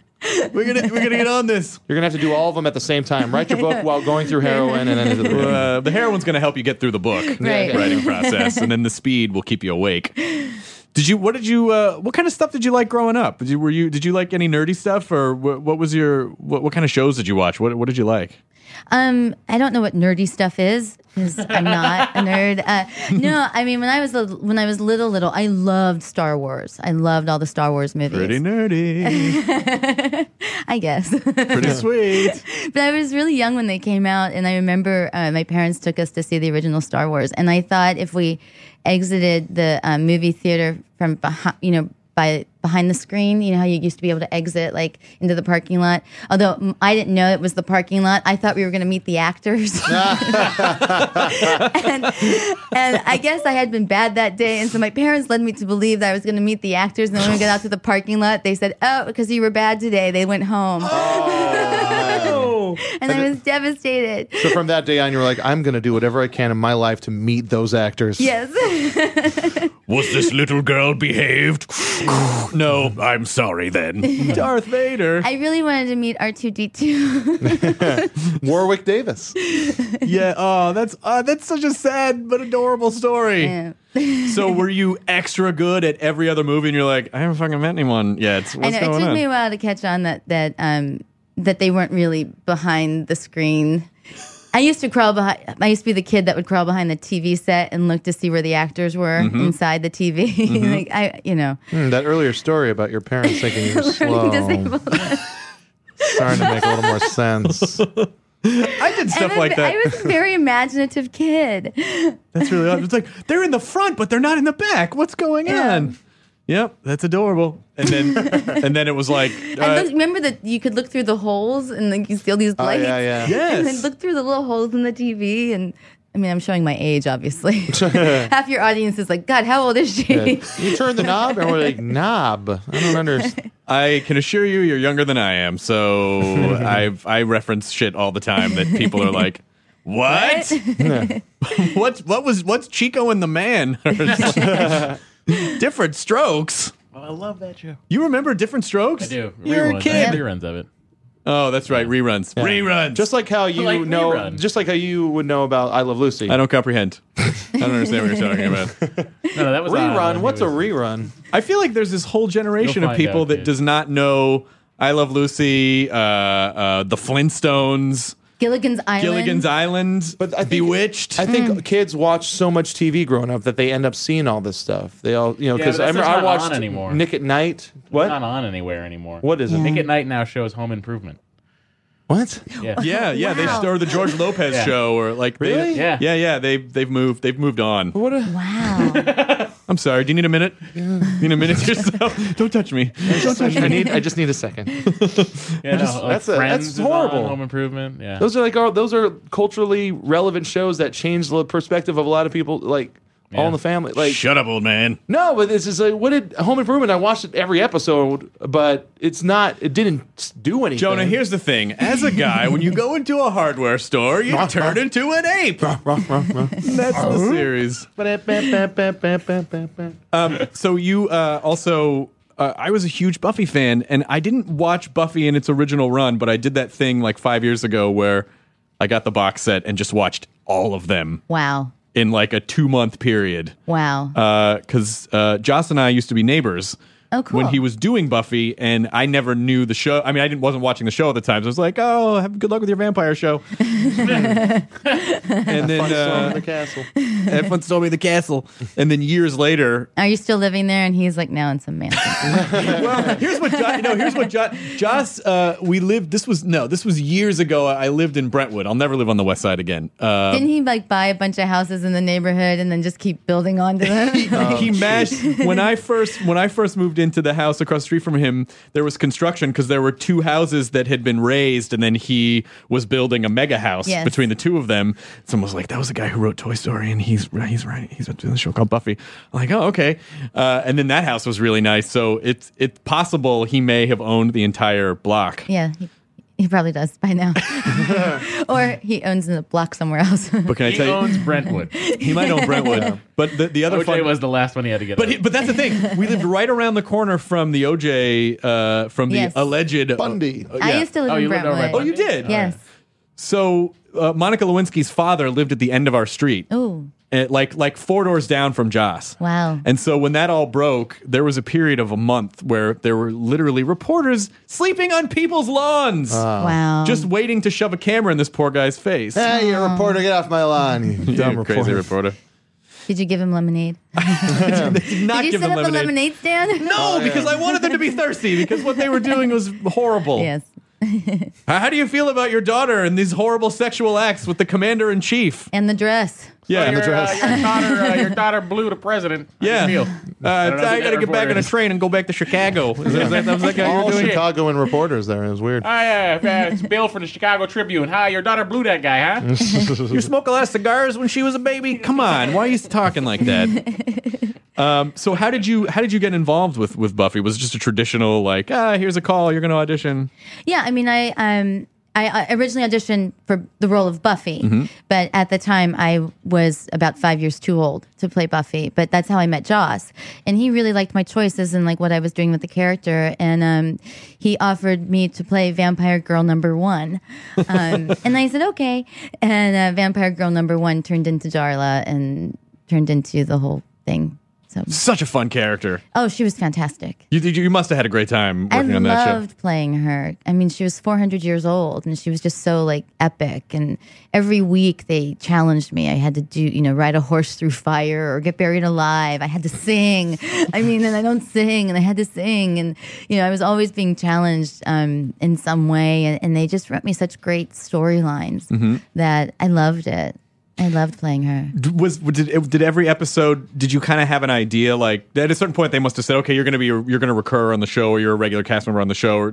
D: We're gonna we're gonna get on this.
C: You're gonna have to do all of them at the same time. Write your book while going through heroin and then into the
D: Uh, the heroin's going to help you get through the book.
B: Right.
D: writing process, and then the speed will keep you awake. Did you? What did you? Uh, what kind of stuff did you like growing up? Did you? Were you? Did you like any nerdy stuff, or what, what was your? What, what kind of shows did you watch? What What did you like?
B: Um, I don't know what nerdy stuff is because I'm not a nerd. Uh, no, I mean when I was a, when I was little, little, I loved Star Wars. I loved all the Star Wars movies.
D: nerdy,
B: I guess. but
D: pretty sweet.
B: I was really young when they came out, and I remember uh, my parents took us to see the original Star Wars, and I thought if we exited the um, movie theater from behind, you know. By, behind the screen, you know how you used to be able to exit like into the parking lot. Although mm, I didn't know it was the parking lot, I thought we were going to meet the actors. and I guess I had been bad that day, and so my parents led me to believe that I was going to meet the actors. And then when we got out to the parking lot, they said, "Oh, because you were bad today." They went home, and I was devastated.
C: So from that day on, you were like, I'm gonna do whatever I can in my life to meet those actors.
B: Yes,
D: Was this little girl behaved? no, I'm sorry then. Darth Vader.
B: I really wanted to meet R two D two.
C: Warwick Davis.
D: yeah. Oh, that's uh, that's such a sad but adorable story. So were you extra good at every other movie? And you're like, I haven't fucking met anyone yet. What's
B: I know it
D: going
B: took
D: on?
B: me a while to catch on that that um that they weren't really behind the screen. I used to crawl behind. I used to be the kid that would crawl behind the TV set and look to see where the actors were
D: Mm-hmm.
B: inside the TV. like I, you know,
C: Hmm, that earlier story about your parents thinking you were slow.
B: learning disabled.
C: Starting to make a little more sense.
D: I did stuff
B: I'm a-
D: like that. Uh,
B: I was a very imaginative kid.
D: That's really odd. It's like they're in the front, but they're not in the back. What's going on? Yep, that's adorable. And then, and then it was like,
B: I
D: uh,
B: look, remember that you could look through the holes and like you see all these
C: Oh,
B: lights.
C: yeah, yeah.
B: And then
D: yes,
B: look through the little holes in the TV and. I mean, I'm showing my age, obviously. Half your audience is like, God, how old is she?
C: You turn the knob and we're like, knob. I don't understand.
D: I can assure you, you're younger than I am. So I I reference shit all the time that people are like, what? what? What was? What's Chico and the Man? Different strokes.
F: I love that show.
D: You remember Different Strokes?
E: I do.
D: You're
E: Reruns.
D: a
E: I
D: kid.
E: have
B: Yeah.
E: Reruns of it.
D: Oh, that's right. Reruns. Reruns.
C: Just like how you
E: Like
C: know,
E: rerun.
C: just like how you would know about I Love Lucy.
D: I don't comprehend. I don't understand what you're talking about.
E: No, no, that was odd when
C: rerun.
E: he
C: What's a
E: was-
C: rerun?
D: I feel like there's this whole generation
E: You'll
D: of
E: find
D: people
E: out,
D: that
E: kid.
D: does not know I Love Lucy, uh, uh, The Flintstones,
B: Gilligan's Island.
D: Gilligan's Island,
C: But I think-
D: Bewitched.
C: I think kids watch so much TV growing up that they end up seeing all this stuff. They all, you know,
E: Yeah,
C: because
E: but
C: I
E: that's
C: remember
E: not
C: I
E: on
C: watched
E: anymore.
C: Nick at Night.
E: It's
C: What?
E: Not on anywhere anymore.
C: What is it?
E: Nick at Night now shows Home Improvement.
C: What?
E: Yeah.
D: yeah, yeah, they st- or the George Lopez
E: Yeah.
D: show, or like they-
C: Really?
E: Yeah.
D: yeah, yeah. They they've moved they've moved on.
C: What? A,
B: Wow.
D: I'm sorry. Do you need a minute? Need a minute to yourself? Don't touch me. Don't touch
C: I need. I just need a second.
E: Yeah, no, like
C: that's a-
E: Friends
C: that's
E: is on,
C: horrible.
E: Home Improvement. Yeah.
C: Those are like our, those are culturally relevant shows that change the perspective of a lot of people. Like All in the Family. Like
D: Shut up, old man.
C: no, but this is like what did Home Improvement? I watched it every episode, but it's not. It didn't do anything.
D: Jonah, here's the thing. As a guy, when you go into a hardware store, you turn into an ape. That's the series. Um, so you uh, also, uh, I was a huge Buffy fan, and I didn't watch Buffy in its original run, but I did that thing like five years ago where I got the box set and just watched all of them
B: wow.
D: in like a two month period.
B: Wow.
D: because uh, Joss and I used to be neighbors.
B: Oh, cool.
D: When he was doing Buffy, and I never knew the show. I mean, I didn't wasn't watching the show at the time. So I was like, "Oh, have good luck with your vampire show." and then
C: Storm of the
D: uh,
C: castle.
D: everyone stole me the castle. And then years later,
B: Are you still living there? And he's like, now in some mansion.
D: well, here's what Josh, no, here's what Josh, Josh uh, we lived. This was no, this was years ago. I lived in Brentwood. I'll never live on the West Side again. Uh,
B: Didn't he like buy a bunch of houses in the neighborhood and then just keep building onto them?
D: he mashed when I first when I first moved into the house across the street from him. There was construction because there were two houses that had been raised, and then he was building a mega house
B: Yes.
D: between the two of them. Someone was like, "That was the guy who wrote Toy Story, and he's he's writing he's doing a show called Buffy." I'm like, "Oh, okay." Uh, and then that house was really nice, so it's it's possible he may have owned the entire block.
B: yeah. He, he probably does by now. or he owns a block somewhere else.
D: But can I
E: he
D: tell
E: owns Brentwood.
D: you, he might own Brentwood, but the, the other
E: OJ
D: fun
E: was the last one he had to get.
D: But
E: out.
D: he- but that's the thing. We lived right around the corner from the OJ, uh, from the
B: Yes.
D: alleged
C: Bundy.
D: Uh,
B: I
D: yeah.
B: used to live
E: Oh,
B: in
E: you lived over
B: Brentwood.
E: by
D: Oh, you
E: Bundy?
D: did.
B: Yes.
D: So uh, Monica Lewinsky's father lived at the end of our street,
B: Ooh.
D: eh, like like four doors down from Joss.
B: Wow.
D: And so when that all broke, there was a period of a month where there were literally reporters sleeping on people's lawns,
E: Uh,
B: wow.
D: uh, just waiting to shove a camera in this poor guy's face.
C: Hey, you reporter, get off my lawn. You dumb
D: You crazy reporter.
B: Did you give him lemonade?
D: Did not
B: Did you
D: give
B: set
D: them
B: up a
D: lemonade.
B: lemonade stand?
E: Oh,
D: No, because I wanted them to be thirsty because what they were doing was horrible.
B: Yes.
D: How how do you feel about your daughter and these horrible sexual acts with the commander in chief?
B: And the dress.
D: Yeah,
E: your, uh, your daughter, uh, your daughter blew the president. How do you
D: yeah.
E: feel?
D: Uh, I,
E: don't know who
D: got to
E: that
D: get back on
E: reporter
D: a
E: is.
D: train and go back to Chicago. Is that, is that, was that guy you
E: Oh,
C: All
D: were doing?
C: Chicagoan reporters there. It was weird.
E: Hi, uh, uh, it's Bill from the Chicago Tribune. Hi, your daughter blew that guy, huh?
D: You Mm, smoke a lot of cigars when she was a baby. Come on, why are you talking like that? Um, so how did you how did you get involved with with Buffy? Was it just a traditional like ah here's a call you're going to audition?
B: Yeah, I mean, I um, I I originally auditioned for the role of Buffy, but at the time I was about five years too old to play Buffy. But that's how I met Joss, and he really liked my choices and like what I was doing with the character, and um, he offered me to play Vampire Girl Number One, um, and I said okay, and uh, Vampire Girl Number One turned into Darla and turned into the whole thing. So,
D: Such a fun character.
B: oh, she was fantastic.
D: You you, you must have had a great time
B: I
D: working on that show.
B: loved playing her. I mean, she was 400 years old and she was just so like epic. And every week they challenged me. I had to do, you know, ride a horse through fire or get buried alive. I had to sing. I mean, and I don't sing and I had to sing. And, you know, I was always being challenged um, in some way. And, and they just wrote me such great storylines
D: Mm-hmm.
B: that I loved it. I loved playing her.
D: D- was did did every episode did you kind of have an idea like at a certain point they must have said okay you're gonna be you're gonna recur on the show or you're a regular cast member on the show or, or-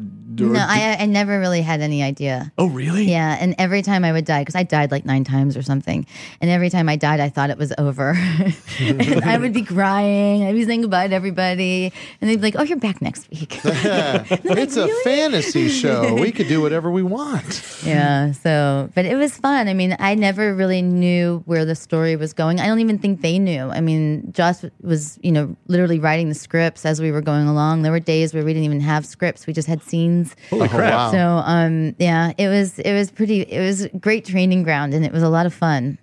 B: No, I, I never really had any idea.
D: oh really
B: Yeah, and every time I would die, because I died like nine times or something, and every time I died, I thought it was over. and I would be crying. I'd be saying goodbye to everybody, and they'd be like, "Oh, you're back next week."
C: it's a fantasy show. We could do whatever we want.
B: yeah. So, but it was fun. I mean, I never really knew knew where the story was going. I don't even think they knew. I mean, Josh was, you know, literally writing the scripts as we were going along. There were days where we didn't even have scripts. We just had scenes.
D: Oh,
C: Holy crap. wow.
B: So, um, yeah, it was it was pretty it was a great training ground and it was a lot of fun.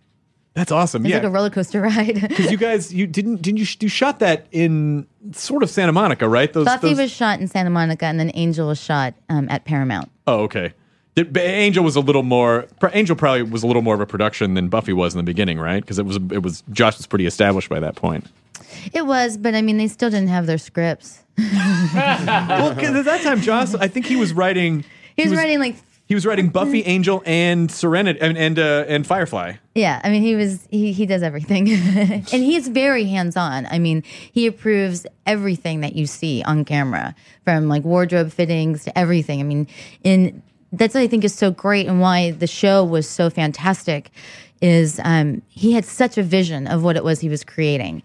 D: That's awesome.
B: It's
D: Yeah.
B: like a roller coaster ride.
D: Because you guys, you didn't, didn't you, sh- you shot that in sort of Santa Monica, right? Those,
B: Buffy
D: those-
B: was shot in Santa Monica and then Angel was shot um, at Paramount.
D: Oh, okay. Did, but Angel was a little more. Pr- Angel probably was a little more of a production than Buffy was in the beginning, right? Because it was it was Josh was pretty established by that point.
B: It was, but I mean, they still didn't have their scripts.
D: well, 'cause at that time, Josh, I think he was writing.
B: He was, writing like, Mm-hmm.
D: He was writing Buffy, Angel, and Serenity, and and uh, and Firefly.
B: yeah. I mean, he was he he does everything, and he's very hands on. I mean, he approves everything that you see on camera, from like wardrobe fittings to everything. I mean, in that's what I think is so great and why the show was so fantastic is um, he had such a vision of what it was he was creating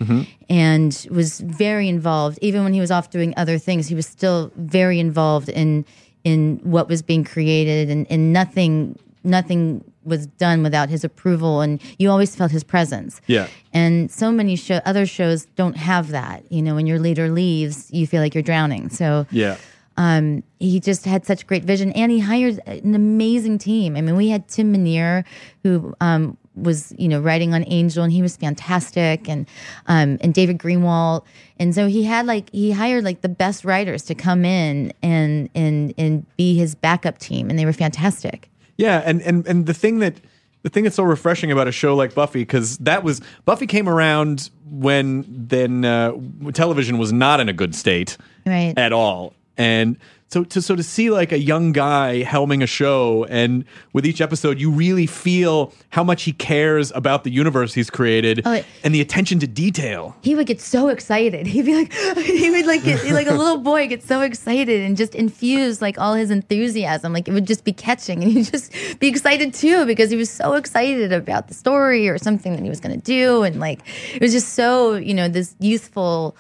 B: and was very involved even when he was off doing other things he was still very involved in in what was being created and, and nothing nothing was done without his approval and you always felt his presence
D: Yeah.
B: and so many show other shows don't have that you know when your leader leaves you feel like you're drowning so
D: Yeah.
B: um, he just had such great vision, and he hired an amazing team. I mean, we had Tim Minear, who um, was you know writing on Angel, and he was fantastic, and um, and David Greenwald, and so he had like he hired like the best writers to come in and and and be his backup team, and they were fantastic.
D: Yeah, and and and the thing that the thing that's so refreshing about a show like Buffy because that was Buffy came around when then uh, television was not in a good state
B: Right.
D: at all, and so to so to see like a young guy helming a show, and with each episode you really feel how much he cares about the universe he's created
B: Oh, it-
D: and the attention to detail.
B: he would get so excited. He'd be like, he would like get, like a little boy get so excited and just infuse like all his enthusiasm. Like it would just be catching, and he'd just be excited too because he was so excited about the story or something that he was going to do, and like it was just so you know this youthful,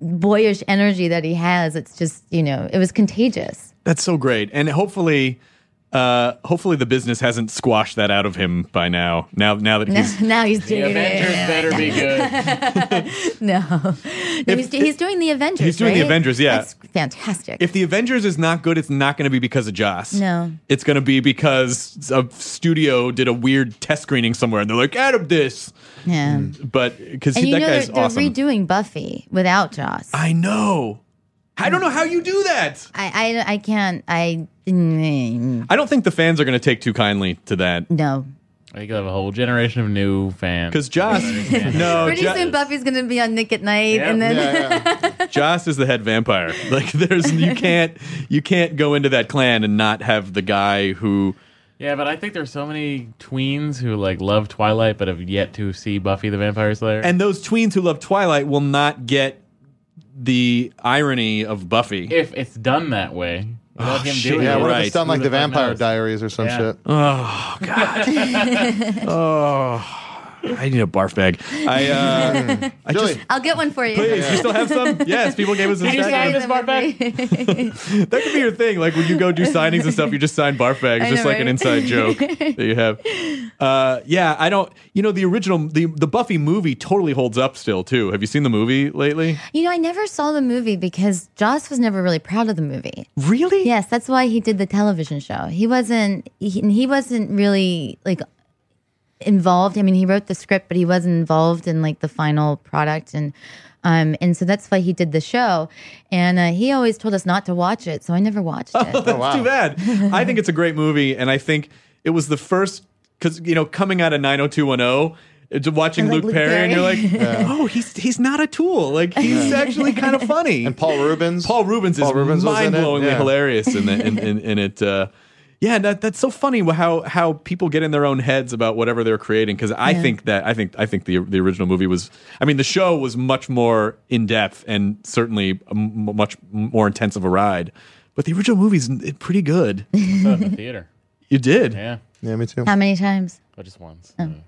B: boyish energy that he has. It's just you know it was contagious.
D: That's so great, and hopefully. Uh, hopefully the business hasn't squashed that out of him by now. Now, now that he's
B: now he's doing
E: The Avengers better be good.
B: No, no he's, he's doing the Avengers.
D: He's doing the
B: right?
D: Avengers, yeah.
B: That's fantastic.
D: if the Avengers is not good, it's not going to be because of Joss.
B: No.
D: it's going to be because a studio did a weird test screening somewhere, and they're like, "Adam, this."
B: yeah.
D: But because that
B: And you know they're,
D: guy's
B: they're
D: awesome.
B: redoing Buffy without Joss. I,
D: I know. I don't know how you do that.
B: I, I can't. I
D: I don't think the fans are going to take too kindly to that
B: no.
E: I could have a whole generation of new fans.
D: because Joss. no,
B: Pretty soon
D: jo-
B: Buffy's gonna be on Nick at Night,
E: Yeah.
B: and then
D: Joss is the head vampire. Like, there's you can't you can't go into that clan and not have the guy who.
E: Yeah, but I think there's so many tweens who like love Twilight but have yet to see Buffy the Vampire Slayer.
D: And those tweens who love Twilight will not get the irony of Buffy. Oh,
E: if it's done that way, without him
D: shit,
E: doing
D: yeah,
C: Yeah,
E: it,
C: what
D: right.
C: if it's done like
E: Who
C: the
E: the fuck
C: Vampire
E: knows?
C: Diaries or some
E: Yeah.
C: shit?
D: Oh, I need a barf bag. I, uh, I
C: Julie,
D: just.
B: I'll get one for you.
D: Please, you still have some? Yes, people gave us a
E: you sign
D: stack.
E: this bar back?
D: That could be your thing. Like when you go do signings and stuff, you just sign barf bags,
B: I
D: just
B: know,
D: like an
B: right?
D: inside joke that you have. Uh, yeah, I don't. You know, the original, the the Buffy movie totally holds up still too. Have you seen the movie lately?
B: You know, I never saw the movie because Joss was never really proud of the movie.
D: Really?
B: Yes, that's why he did the television show. He wasn't. He, and he wasn't really like involved. I mean, he wrote the script, but he wasn't involved in like the final product, and um, and so that's why he did the show. And uh, he always told us not to watch it, so I never watched it.
D: That's too bad. I think it's a great movie, and I think it was the first because you know coming out of 90210. it's Watching
B: Like
D: Luke,
B: Luke
D: Perry, and you're like,
B: Perry.
D: oh, he's he's not a tool. Like he's actually kind of funny.
C: and Paul Rubens.
D: Paul Rubens
C: Paul
D: is
C: Rubens was in it,
D: mind-blowingly
C: yeah.
D: hilarious in, the, in, in, in it. Uh, yeah, that, that's so funny how how people get in their own heads about whatever they're creating. Because I think that I think I think the the original movie was. I mean, the show was much more in depth and certainly a m- much more intense of a ride. But the original movie's n- pretty good.
E: Saw it in the theater.
D: You did.
E: Yeah,
C: Yeah, me too.
B: How many times?
E: but just once. Uh, wasn't-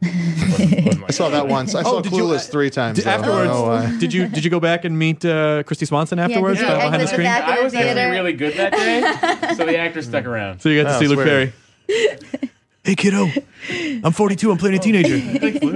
E: wasn't
C: I
E: like-
C: saw that once. I saw
D: Oh, did you-
C: Clueless three times.
D: Did,
C: though. I don't
D: afterwards,
C: know why.
D: did you did you go back and meet uh, Christy Swanson afterwards?
B: did
E: you
D: uh,
E: exit
D: behind
E: the
D: the screen.
B: back?
E: I was
B: Theater.
E: actually really good that day, so the actor stuck around.
D: So you got
C: Oh,
D: to see Luke
C: swear.
D: Perry. Hey, kiddo, I'm 42. I'm playing a teenager.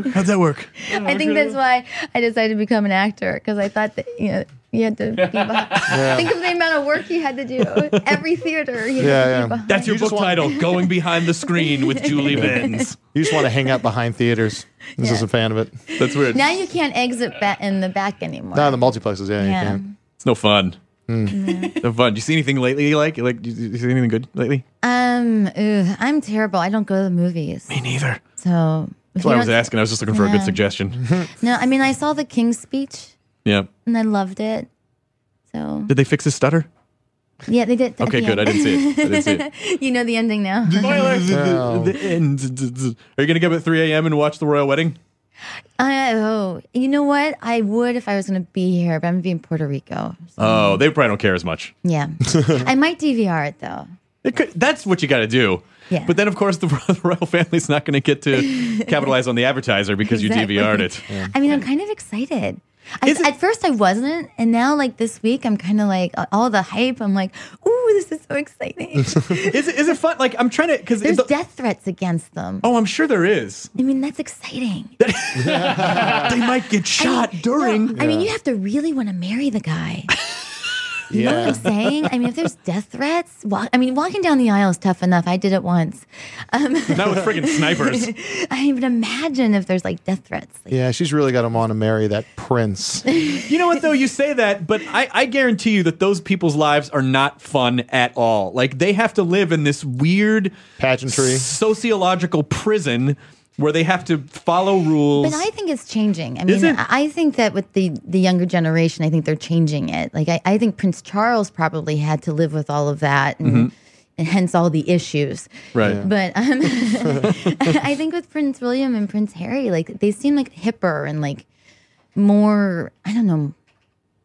D: How'd that work?
B: I think that's why I decided to become an actor because I thought that you know you had to be behind. think of the amount of work you had to do. Every theater, you
C: Yeah,
B: had to
C: yeah.
B: be behind.
D: That's your
C: You just
D: book title, Going Behind the Screen with Julie Benz.
C: You just want to hang out behind theaters. This is a fan of it.
D: That's weird.
B: now you can't exit ba- in the back anymore.
C: Not in the multiplexes.
B: Yeah.
C: Yeah, you can't.
D: It's no fun.
B: Hmm.
D: No fun. Do you see anything lately you like? You Like, do you, you see anything good lately?
B: um, ooh, I'm terrible. I don't go to the movies.
D: Me neither.
B: So
D: That's what I was asking. I was just looking for a good
B: Yeah.
D: suggestion.
B: No, I mean I saw the King's speech
D: yeah.
B: and I loved it. So
D: Did they fix his stutter?
B: yeah, they did. at
D: Okay,
B: the
D: good. I
B: end.
D: didn't see it. I didn't see it.
B: you know the ending now.
C: No.
D: The end. Are you going to get up at 3 a.m. and watch the royal wedding?
B: I, oh, you know what? I would if I was going to be here, but I'm going to be in Puerto Rico. So,
D: Oh, they probably don't care as much.
B: yeah, I might DVR it though.
D: It could, that's what you got to do.
B: Yeah.
D: But then, of course, the, the royal family's not going to get to capitalize on the advertiser because
B: Exactly.
D: you DVR'd it.
B: I mean, I'm kind of excited. I,
D: Is it-
B: at first, I wasn't, and now, like this week, I'm kind of like uh, all the hype. I'm like, "Ooh, this is so exciting!"
D: Is it, is it fun? Like, I'm trying to, because.
B: There's death threats against them.
D: Oh, I'm sure there is.
B: I mean, that's exciting. Uh,
D: They might get shot during.
B: No, I mean, you have to really want to marry the guy. You know what
C: Yeah.
B: I'm saying? I mean, if there's death threats, walk, I mean, walking down the aisle is tough enough. I did it once.
D: Not with friggin' snipers.
B: I mean, imagine if there's like death threats. Like,
C: Yeah, she's really got him on to marry that prince.
D: You know what though? You say that, but I, I guarantee you that those people's lives are not fun at all. Like they have to live in this weird
C: Pageantry.
D: sociological prison where they have to follow rules.
B: But I think it's changing. I
D: Is
B: mean,
D: it?
B: I I think that with the, the younger generation, I think they're changing it. Like, I, I think Prince Charles probably had to live with all of that and,
C: Mm-hmm.
B: and hence all the issues.
D: right.
B: But um, I think with Prince William and Prince Harry, like, they seem like hipper and like more, I don't know,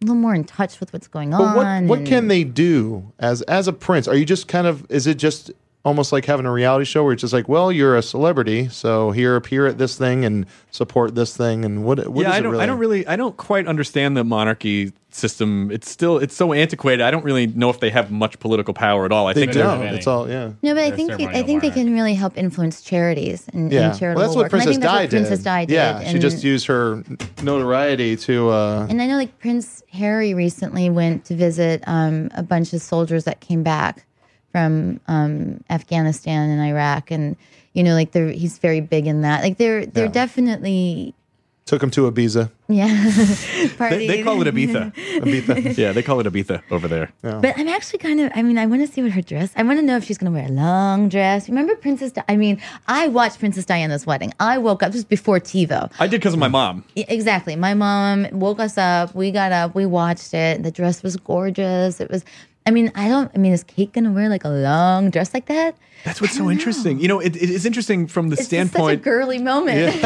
B: a little more in touch with what's going
C: But
B: on.
C: what what
B: and-
C: can they do as as a prince? Are you just kind of is it just almost like having a reality show where it's just like, well, you're a celebrity, so here appear at this thing and support this thing and what what
D: yeah,
C: is
D: I
C: it
D: don't
C: really?
D: I don't really I don't quite understand the monarchy system. It's still it's so antiquated. I don't really know if they have much political power at all. I
C: they
D: think
C: do.
D: they're
E: don't.
C: It's all yeah.
B: No, but I
E: their
B: think it- I
E: ceremonial
B: think they
E: monarch.
B: can really help influence charities and,
C: Yeah,
B: and charitable
C: well, that's what
B: work. And I
C: Princess
B: think that's
C: Di
B: what Princess
C: did.
B: Di did.
C: Yeah, she
B: and-
C: just used her notoriety to. Uh,
B: And I know like Prince Harry recently went to visit um, a bunch of soldiers that came back from um, Afghanistan and Iraq, and you know like they're, he's very big in that. Like they're they're
C: Yeah.
B: definitely
C: took him to Ibiza.
B: yeah.
D: they,
B: party.
D: they call it Ibiza. Ibiza. yeah, they call it Ibiza over there.
B: But I'm actually kind of. I mean, I want to see what her dress. I want to know if she's going to wear a long dress. Remember Princess? Di- I mean, I watched Princess Diana's wedding. I woke up this was before TiVo.
D: I did because of my mom.
B: Yeah, Exactly. My mom woke us up. We got up. We watched it. The dress was gorgeous. It was. I mean, I don't. I mean, is Kate gonna wear like a long dress like that?
D: That's what's so interesting. You know, it, it is interesting from the
B: It's just such a
D: standpoint.
B: girly moment.
D: it, is,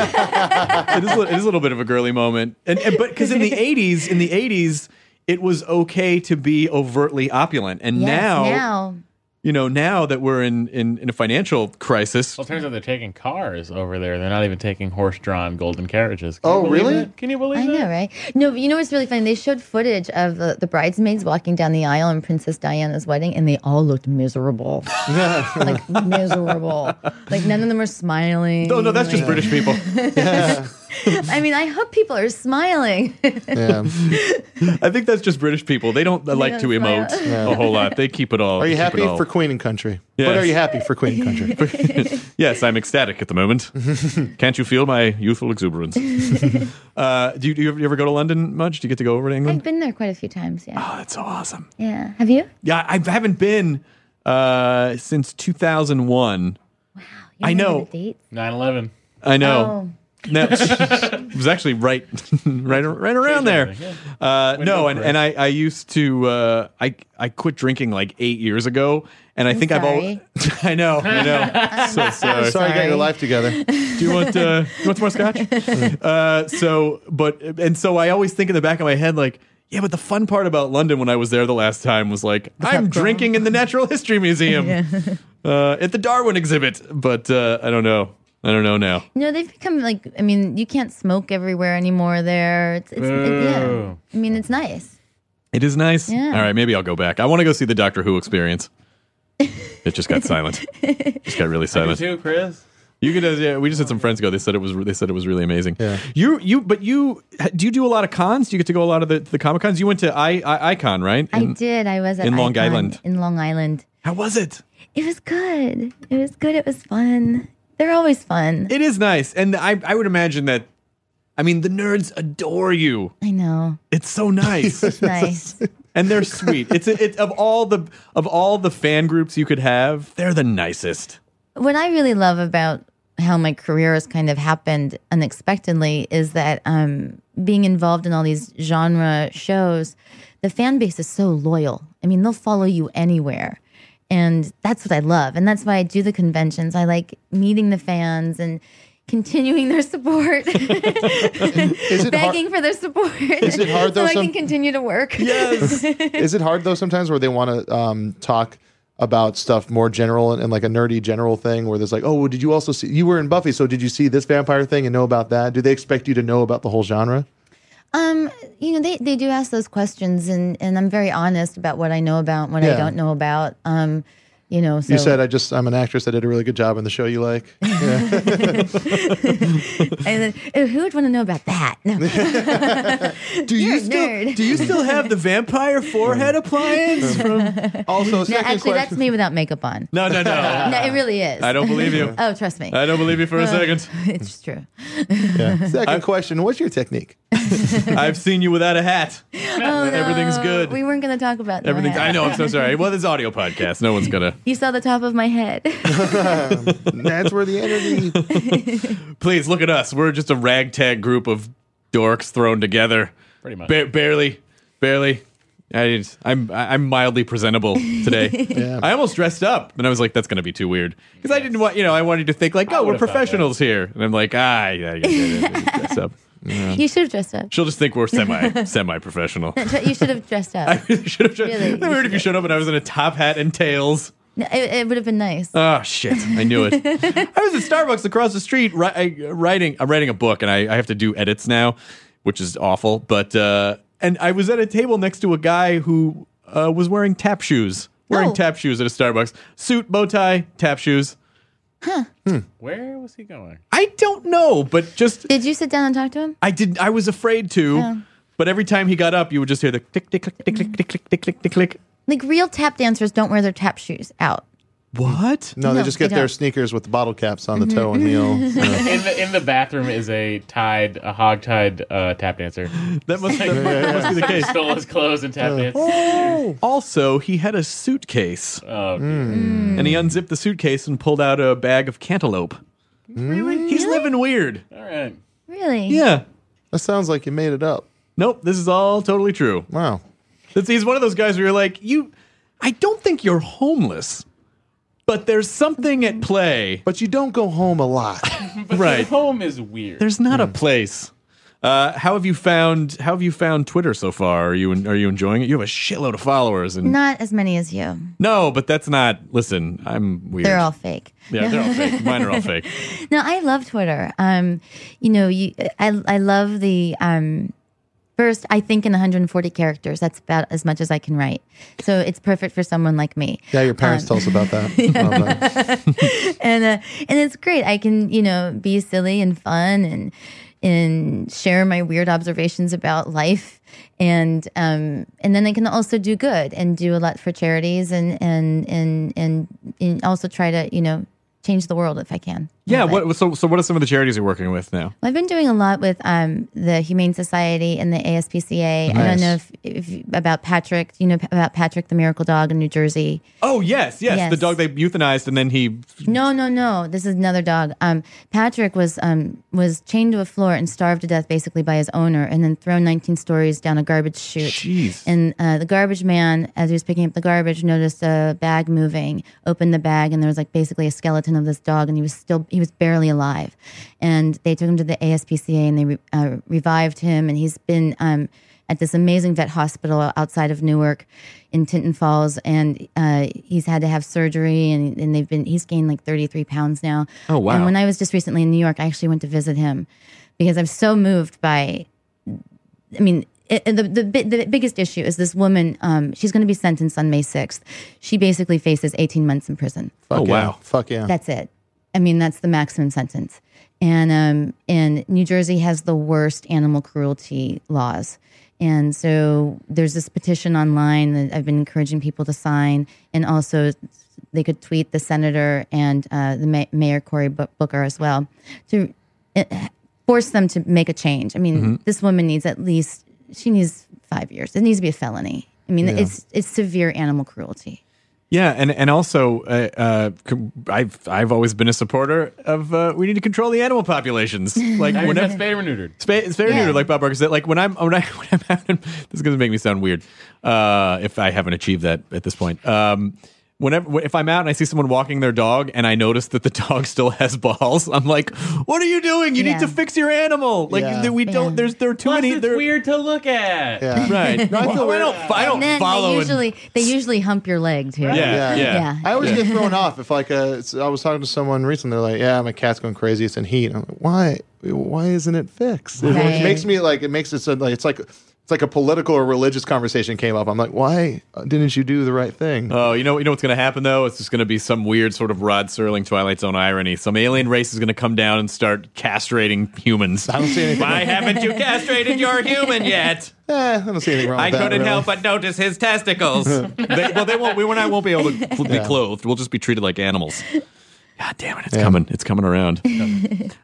D: a- it is a little bit of a girly moment, and, and but because in the '80s, in the '80s, it was okay to be overtly opulent, and
B: Yes,
D: now,
B: now,
D: you know, now that we're in in, in a financial crisis,
E: Well, it turns out they're taking cars over there. They're not even taking horse-drawn golden carriages. Can
C: Oh,
E: you believe
C: really?
E: that? Can you believe
B: I know,
E: that?
B: right? No, but you know what's really funny? They showed footage of the, the bridesmaids walking down the aisle in Princess Diana's wedding, and they all looked miserable. like miserable. Like none of them were smiling.
D: no, no, that's just British people.
B: I mean, I hope people are smiling.
C: Yeah.
D: I think that's just British people. They don't like to
B: don't smile.
D: emote a whole lot. They keep it all.
C: Are you
D: they keep
C: happy
D: it all.
C: for Queen and Country?
D: Yes.
C: But are you happy for Queen and Country?
D: Yes, I'm ecstatic at the moment. Can't you feel my youthful exuberance? uh, do, you, do you ever- you ever go to London much? Do you get to go over to England?
B: I've been there quite a few times. Yeah,
D: oh, that's so awesome.
B: yeah. Have you?
D: Yeah, I haven't been uh, since 2001.
B: You
D: I
B: remember
D: know.
B: the dates?
E: 9/11.
D: I
B: Oh.
D: know. No, it was actually right, right, right around there. Uh, no, and, and I, I used to uh, I I quit drinking like eight years ago, and I think I've all I know I know so sorry.
C: Sorry, you got your
B: Sorry.
C: life together.
D: Do you want uh, you want some more scotch? uh, so, but and so I always think in the back of my head like. Yeah, but the fun part about London when I was there the last time was like I'm
B: popcorn.
D: drinking in the Natural History Museum uh, at the Darwin exhibit, but uh, I don't know. I don't know now.
B: No, they've become like. I mean, you can't smoke everywhere anymore. There, it's, it's it- yeah.
D: Oh.
E: Boo.
B: I mean, it's nice.
D: It is nice.
B: Yeah.
D: All right, maybe I'll go back. I want to go see the Doctor Who experience. It just got silent. Just got really silent.
E: too, Chris.
D: You could, uh, yeah. We just had some friends go. They said it was. They said it was really amazing. Yeah. You, you, but you, do you do a lot of cons? Do you get to go a lot of the, the comic cons? You went to I, I Icon, right?
B: I
D: In-
B: did. I was at
D: in Long
B: Icon
D: Island.
B: In Long Island,
D: How was it?
B: it was good. It was good. It was fun. They're always fun.
D: It is nice, and I, I would imagine that. I mean, the nerds adore you.
B: I know.
D: It's so nice,
B: It's nice.
D: and they're sweet. It's a, it of all the of all the fan groups you could have, they're the nicest.
B: what I really love about how my career has kind of happened unexpectedly is that um, being involved in all these genre shows, the fan base is so loyal. I mean, they'll follow you anywhere. And that's what I love. And that's why I do the conventions. I like meeting the fans and continuing their support,
C: Is it hard,
B: begging for their support.
C: Is it hard, though,
B: So I
C: some-
B: can continue to work.
D: Yes.
C: is it hard though sometimes where they want to um, talk about stuff more general and, and like a nerdy general thing where there's like, oh, well, did you also see you were in Buffy, so did you see this vampire thing and know about that? Do they expect you to know about the whole genre?
B: Um, you know, they, they do ask those questions, and, and I'm very honest about what I know about and what
C: Yeah.
B: I don't know about. Um, you know, so
C: You said I just I'm an actress that did a really good job in the show you like.
B: and then, "Oh, who would want to know about that? No,
D: Do you
B: You're a
D: still
B: nerd.
D: do you still have the vampire forehead appliance from?
C: Also,
B: no
C: second
B: actually, that's
C: question.
B: me without makeup on.
D: No, no, no.
B: No, it really is.
D: Uh, I don't believe you.
B: Oh, trust me,
D: I don't believe you for
B: Uh.
D: a second.
B: it's true.
C: Yeah. Second question, what's your technique?
D: I've seen you without a hat. Everything's good.
B: Oh, We weren't going to talk about no
D: Everything's.
B: hat.
D: I know. I'm so sorry. Well, this is audio podcast. No one's gonna.
B: You saw the top of my head.
C: That's where the energy
D: Please look at us. We're just a ragtag group of dorks thrown together.
E: Pretty much.
D: Ba- barely, barely. I didn't, I'm I'm mildly presentable today. I almost dressed up, and I was like, "That's going to be too weird," because I didn't want you know I wanted to think like, "Oh, we're
E: would've thought that.
D: professionals here," and I'm like, "Ah, yeah, yeah, yeah, yeah, yeah, dress up."
B: you should have dressed up.
D: She'll just think we're semi semi professional.
B: You should have dressed up.
D: really should have.
B: Really,
D: Really,
B: you
D: weird if you showed up and I was in a top hat and tails.
B: No, It, it would have been nice.
D: Oh shit! I knew it. I was at Starbucks across the street ri- I- writing. I'm writing a book, and I, I have to do edits now, which is awful. But uh, and I was at a table next to a guy who uh, was wearing tap shoes, wearing
B: Oh.
D: tap shoes at a Starbucks, suit, bow tie, tap shoes. Hmm.
E: Where was he going?
D: I don't know, but just
B: Did you sit down and talk to him?
D: I did. I was afraid to. But every time he got up, you would just hear the click, click, click, click, click, click, click, click, click, click, click.
B: Like real tap dancers don't wear their tap shoes out.
D: What?
C: No, they
B: No,
C: just
B: they
C: get their
B: don't. Mm-hmm.
C: sneakers with the bottle caps on the toe and heel. So-
E: In the in the bathroom is a tied a hog tied uh, tap dancer.
D: That must, that must be the
E: He
D: case.
E: stole his clothes and tap danced.
D: Also, he had a suitcase. Mm.
E: Oh,
D: and he unzipped the suitcase and pulled out a bag of cantaloupe. Really? He's living weird.
E: all right.
B: Really?
D: Yeah.
C: That sounds like you made it up.
D: Nope, this is all totally true.
C: Wow.
D: That's- he's one of those guys where you're like, you, I don't think you're homeless, but there's something at play.
C: But you don't go home a lot.
E: But
D: Right.
E: right. home is weird.
D: There's not
B: Hmm.
D: a place. Uh, how have you found? How have you found Twitter so far? Are you are you enjoying it? You have a shitload of followers, and
B: Not as many as you.
D: no, but that's not. Listen, I'm weird.
B: They're all fake.
D: yeah, they're all fake. Mine are all fake.
B: No, I love Twitter. Um, you know, you I I love the um first I think in 140 characters. That's about as much as I can write. So it's perfect for someone like me.
C: Yeah, your parents tell us about that. Um, uh,
B: And uh, and it's great. I can, you know, be silly and fun and and share my weird observations about life and um and then I can also do good and do a lot for charities and and and and, and also try to, you know, change the world if I can.
D: Yeah.
B: Love it.
D: What? So, so what are some of the charities you're working with now?
B: Well, I've been doing a lot with um, the Humane Society and the ASPCA. I
C: Nice.
B: don't know if, if you- about Patrick. You know about Patrick the Miracle Dog in New Jersey.
D: Oh yes, yes,
B: Yes.
D: the dog they euthanized, and then he.
B: No, no, no. This is another dog. Um, Patrick was um, was chained to a floor and starved to death basically by his owner, and then thrown 19 stories down a garbage chute.
D: Jeez.
B: And uh, the garbage man, as he was picking up the garbage, noticed a bag moving. Opened the bag, and there was like basically a skeleton of this dog, and he was still he was barely alive. And they took him to the ASPCA, and they re- uh, revived him, and he's been um, at this amazing vet hospital outside of Newark, in Tinton Falls, and uh, he's had to have surgery, and, and they've been he's gained like thirty three pounds now.
D: Oh, wow.
B: And when I was just recently in New York, I actually went to visit him because I'm so moved by I mean, it, the, the bi- the biggest issue is this woman. Um, she's going to be sentenced on May sixth. She basically faces eighteen months in prison.
C: Fuck
D: Oh,
C: yeah.
D: wow.
C: Fuck yeah.
B: That's it. I mean, that's the maximum sentence. And um, and New Jersey has the worst animal cruelty laws. And so there's this petition online that I've been encouraging people to sign, and also they could tweet the senator and uh, the ma- mayor Cory Bu- Booker as well to uh, force them to make a change. I mean, this woman needs at least she needs five years. It needs to be a felony. I mean, it's it's severe animal cruelty.
D: Yeah, and and also, uh, uh, com- I've I've always been a supporter of uh, we need to control the animal populations. Like
E: I mean,
D: whenever
E: that's spayed or neutered.
D: Spa- it's very
B: Yeah.
D: weird, like Bob Barker said. Like when I'm when I when I'm out in, this is gonna make me sound weird uh, if I haven't achieved that at this point. Um, whenever if I'm out and I see someone walking their dog and I notice that the dog still has balls, I'm like, what are you doing? You
B: Yeah.
D: need to fix your animal. Like
C: Yeah.
D: th- we don't.
B: Yeah.
D: There's there are too
E: Plus,
D: many.
E: it's
D: there-
E: weird to look at.
C: Yeah.
D: Right.
C: No, I feel
D: Well, I
C: weird.
D: don't. I don't
B: And then
D: follow.
B: they
D: and-
B: usually they usually hump your leg too.
D: yeah.
C: Yeah.
D: Yeah.
C: I always get thrown off if like uh, it's, I was talking to someone recently. They're like, "Yeah, my cat's going crazy. It's in heat." I'm like, "Why? Why isn't it fixed?" It-
B: Right.
C: It makes me like it makes it so, like it's like it's like a political or religious conversation came up. I'm like, "Why didn't you do the right thing?"
D: Oh, you know, you know what's going to happen though? It's just going to be some weird sort of Rod Serling Twilight Zone irony. Some alien race is going to come down and start castrating humans.
C: I don't see anything.
D: Why haven't you castrated your human yet?
C: Eh, I don't see anything wrong.
D: I
C: with that,
D: couldn't
C: really.
D: help but notice his testicles. Oh, they, well, they won't. We and I won't be able to cl- be clothed. We'll just be treated like animals. God damn it! It's coming. It's coming around.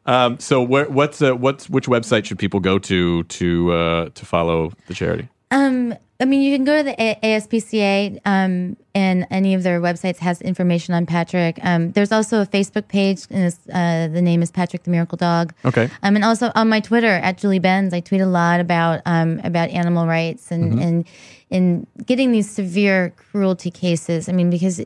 D: um, so, where, what's uh, what's which website should people go to to uh, to follow the charity?
B: Um, I mean, you can go to the A- ASPCA, um, and any of their websites has information on Patrick. Um, there's also a Facebook page, and it's, uh, the name is Patrick the Miracle Dog.
D: Okay.
B: Um, and also on my Twitter at Julie Benz, I tweet a lot about um, about animal rights and
D: Mm-hmm.
B: and and getting these severe cruelty cases. I mean, because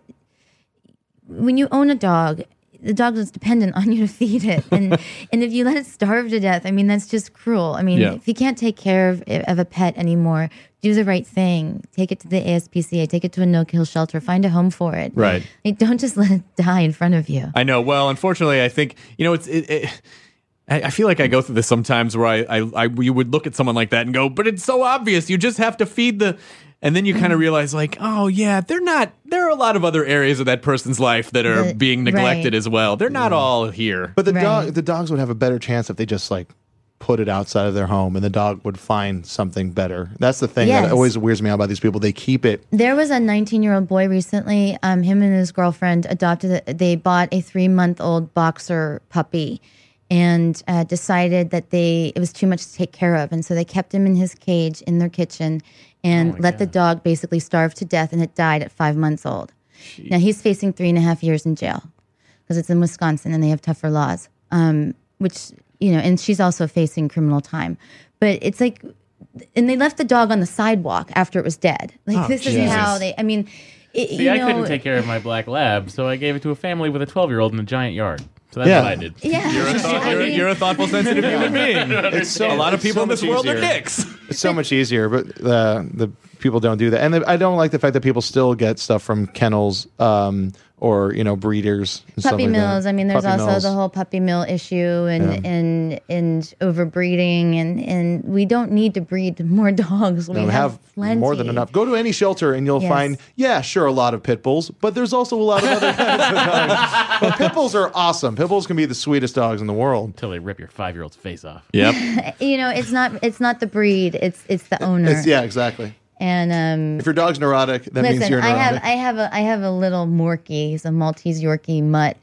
B: when you own a dog, the dog is dependent on you to feed it, and and if you let it starve to death, I mean that's just cruel. I mean,
D: Yeah.
B: if you can't take care of of a pet anymore, do the right thing. Take it to the ASPCA. Take it to a no kill shelter. Find a home for it.
D: Right.
B: Like, don't just let it die in front of you.
D: I know. Well, unfortunately, I think you know it's. It, it, I I feel like I go through this sometimes where I, I, I, you would look at someone like that and go, but it's so obvious. You just have to feed the, and then you
B: Mm-hmm.
D: kind of realize like, oh yeah, they're not. There are a lot of other areas of that person's life that are
B: That-
D: being
B: right.
D: neglected as well. They're not all here.
C: But the
B: Right.
C: dog, the dogs would have a better chance if they just like put it outside of their home, and the dog would find something better. That's the thing
B: Yes.
C: that always weirds me out about these people. They keep it.
B: There was a 19 year old boy recently. Um, him and his girlfriend adopted. A, they bought a three month old boxer puppy, and uh, decided that they it was too much to take care of, and so they kept him in his cage in their kitchen, and let the dog basically starve to death, and it died at five months old. Now he's facing three and a half years in jail because it's in Wisconsin and they have tougher laws. Um, which you know, and she's also facing criminal time. But it's like, and they left the dog on the sidewalk after it was dead.
C: Oh,
B: Like this is how they. I mean, it,
E: See,
B: you
E: I
B: know,
E: couldn't take care of my black lab, so I gave it to a family with a 12 year old in a giant yard. So that's
C: Yeah.
E: what I did.
B: Yeah, I
D: You're, a-
B: mean,
D: you're a thoughtful, sensitive human being.
C: It's so,
D: a lot of
C: it's so
D: people in this
C: much
D: world are
C: easier.
D: dicks.
C: It's so much easier, but the the people don't do that, and I don't like the fact that people still get stuff from kennels um, or you know breeders. and stuff
B: puppy
C: like that.
B: mills. I mean, there's
C: Puppy
B: also
C: mills.
B: the whole puppy mill issue and and and overbreeding and and we don't need to breed more dogs. We
C: You know,
B: have,
C: have
B: plenty.
C: more than enough. Go to any shelter and you'll
B: Yes.
C: find, yeah, sure, a lot of pit bulls, but there's also a lot of other kinds of dogs. But pit bulls are awesome. Pit bulls can be the sweetest dogs in the world.
E: Until they rip your five year old's face off.
D: Yep.
B: You know, it's not it's not the breed. It's it's the owner.
C: It's, yeah, exactly.
B: And um,
C: If your dog's neurotic, that means
B: Listen,
C: you're
B: I have
C: neurotic.
B: I have a I have a little Morkie. He's a Maltese Yorkie mutt,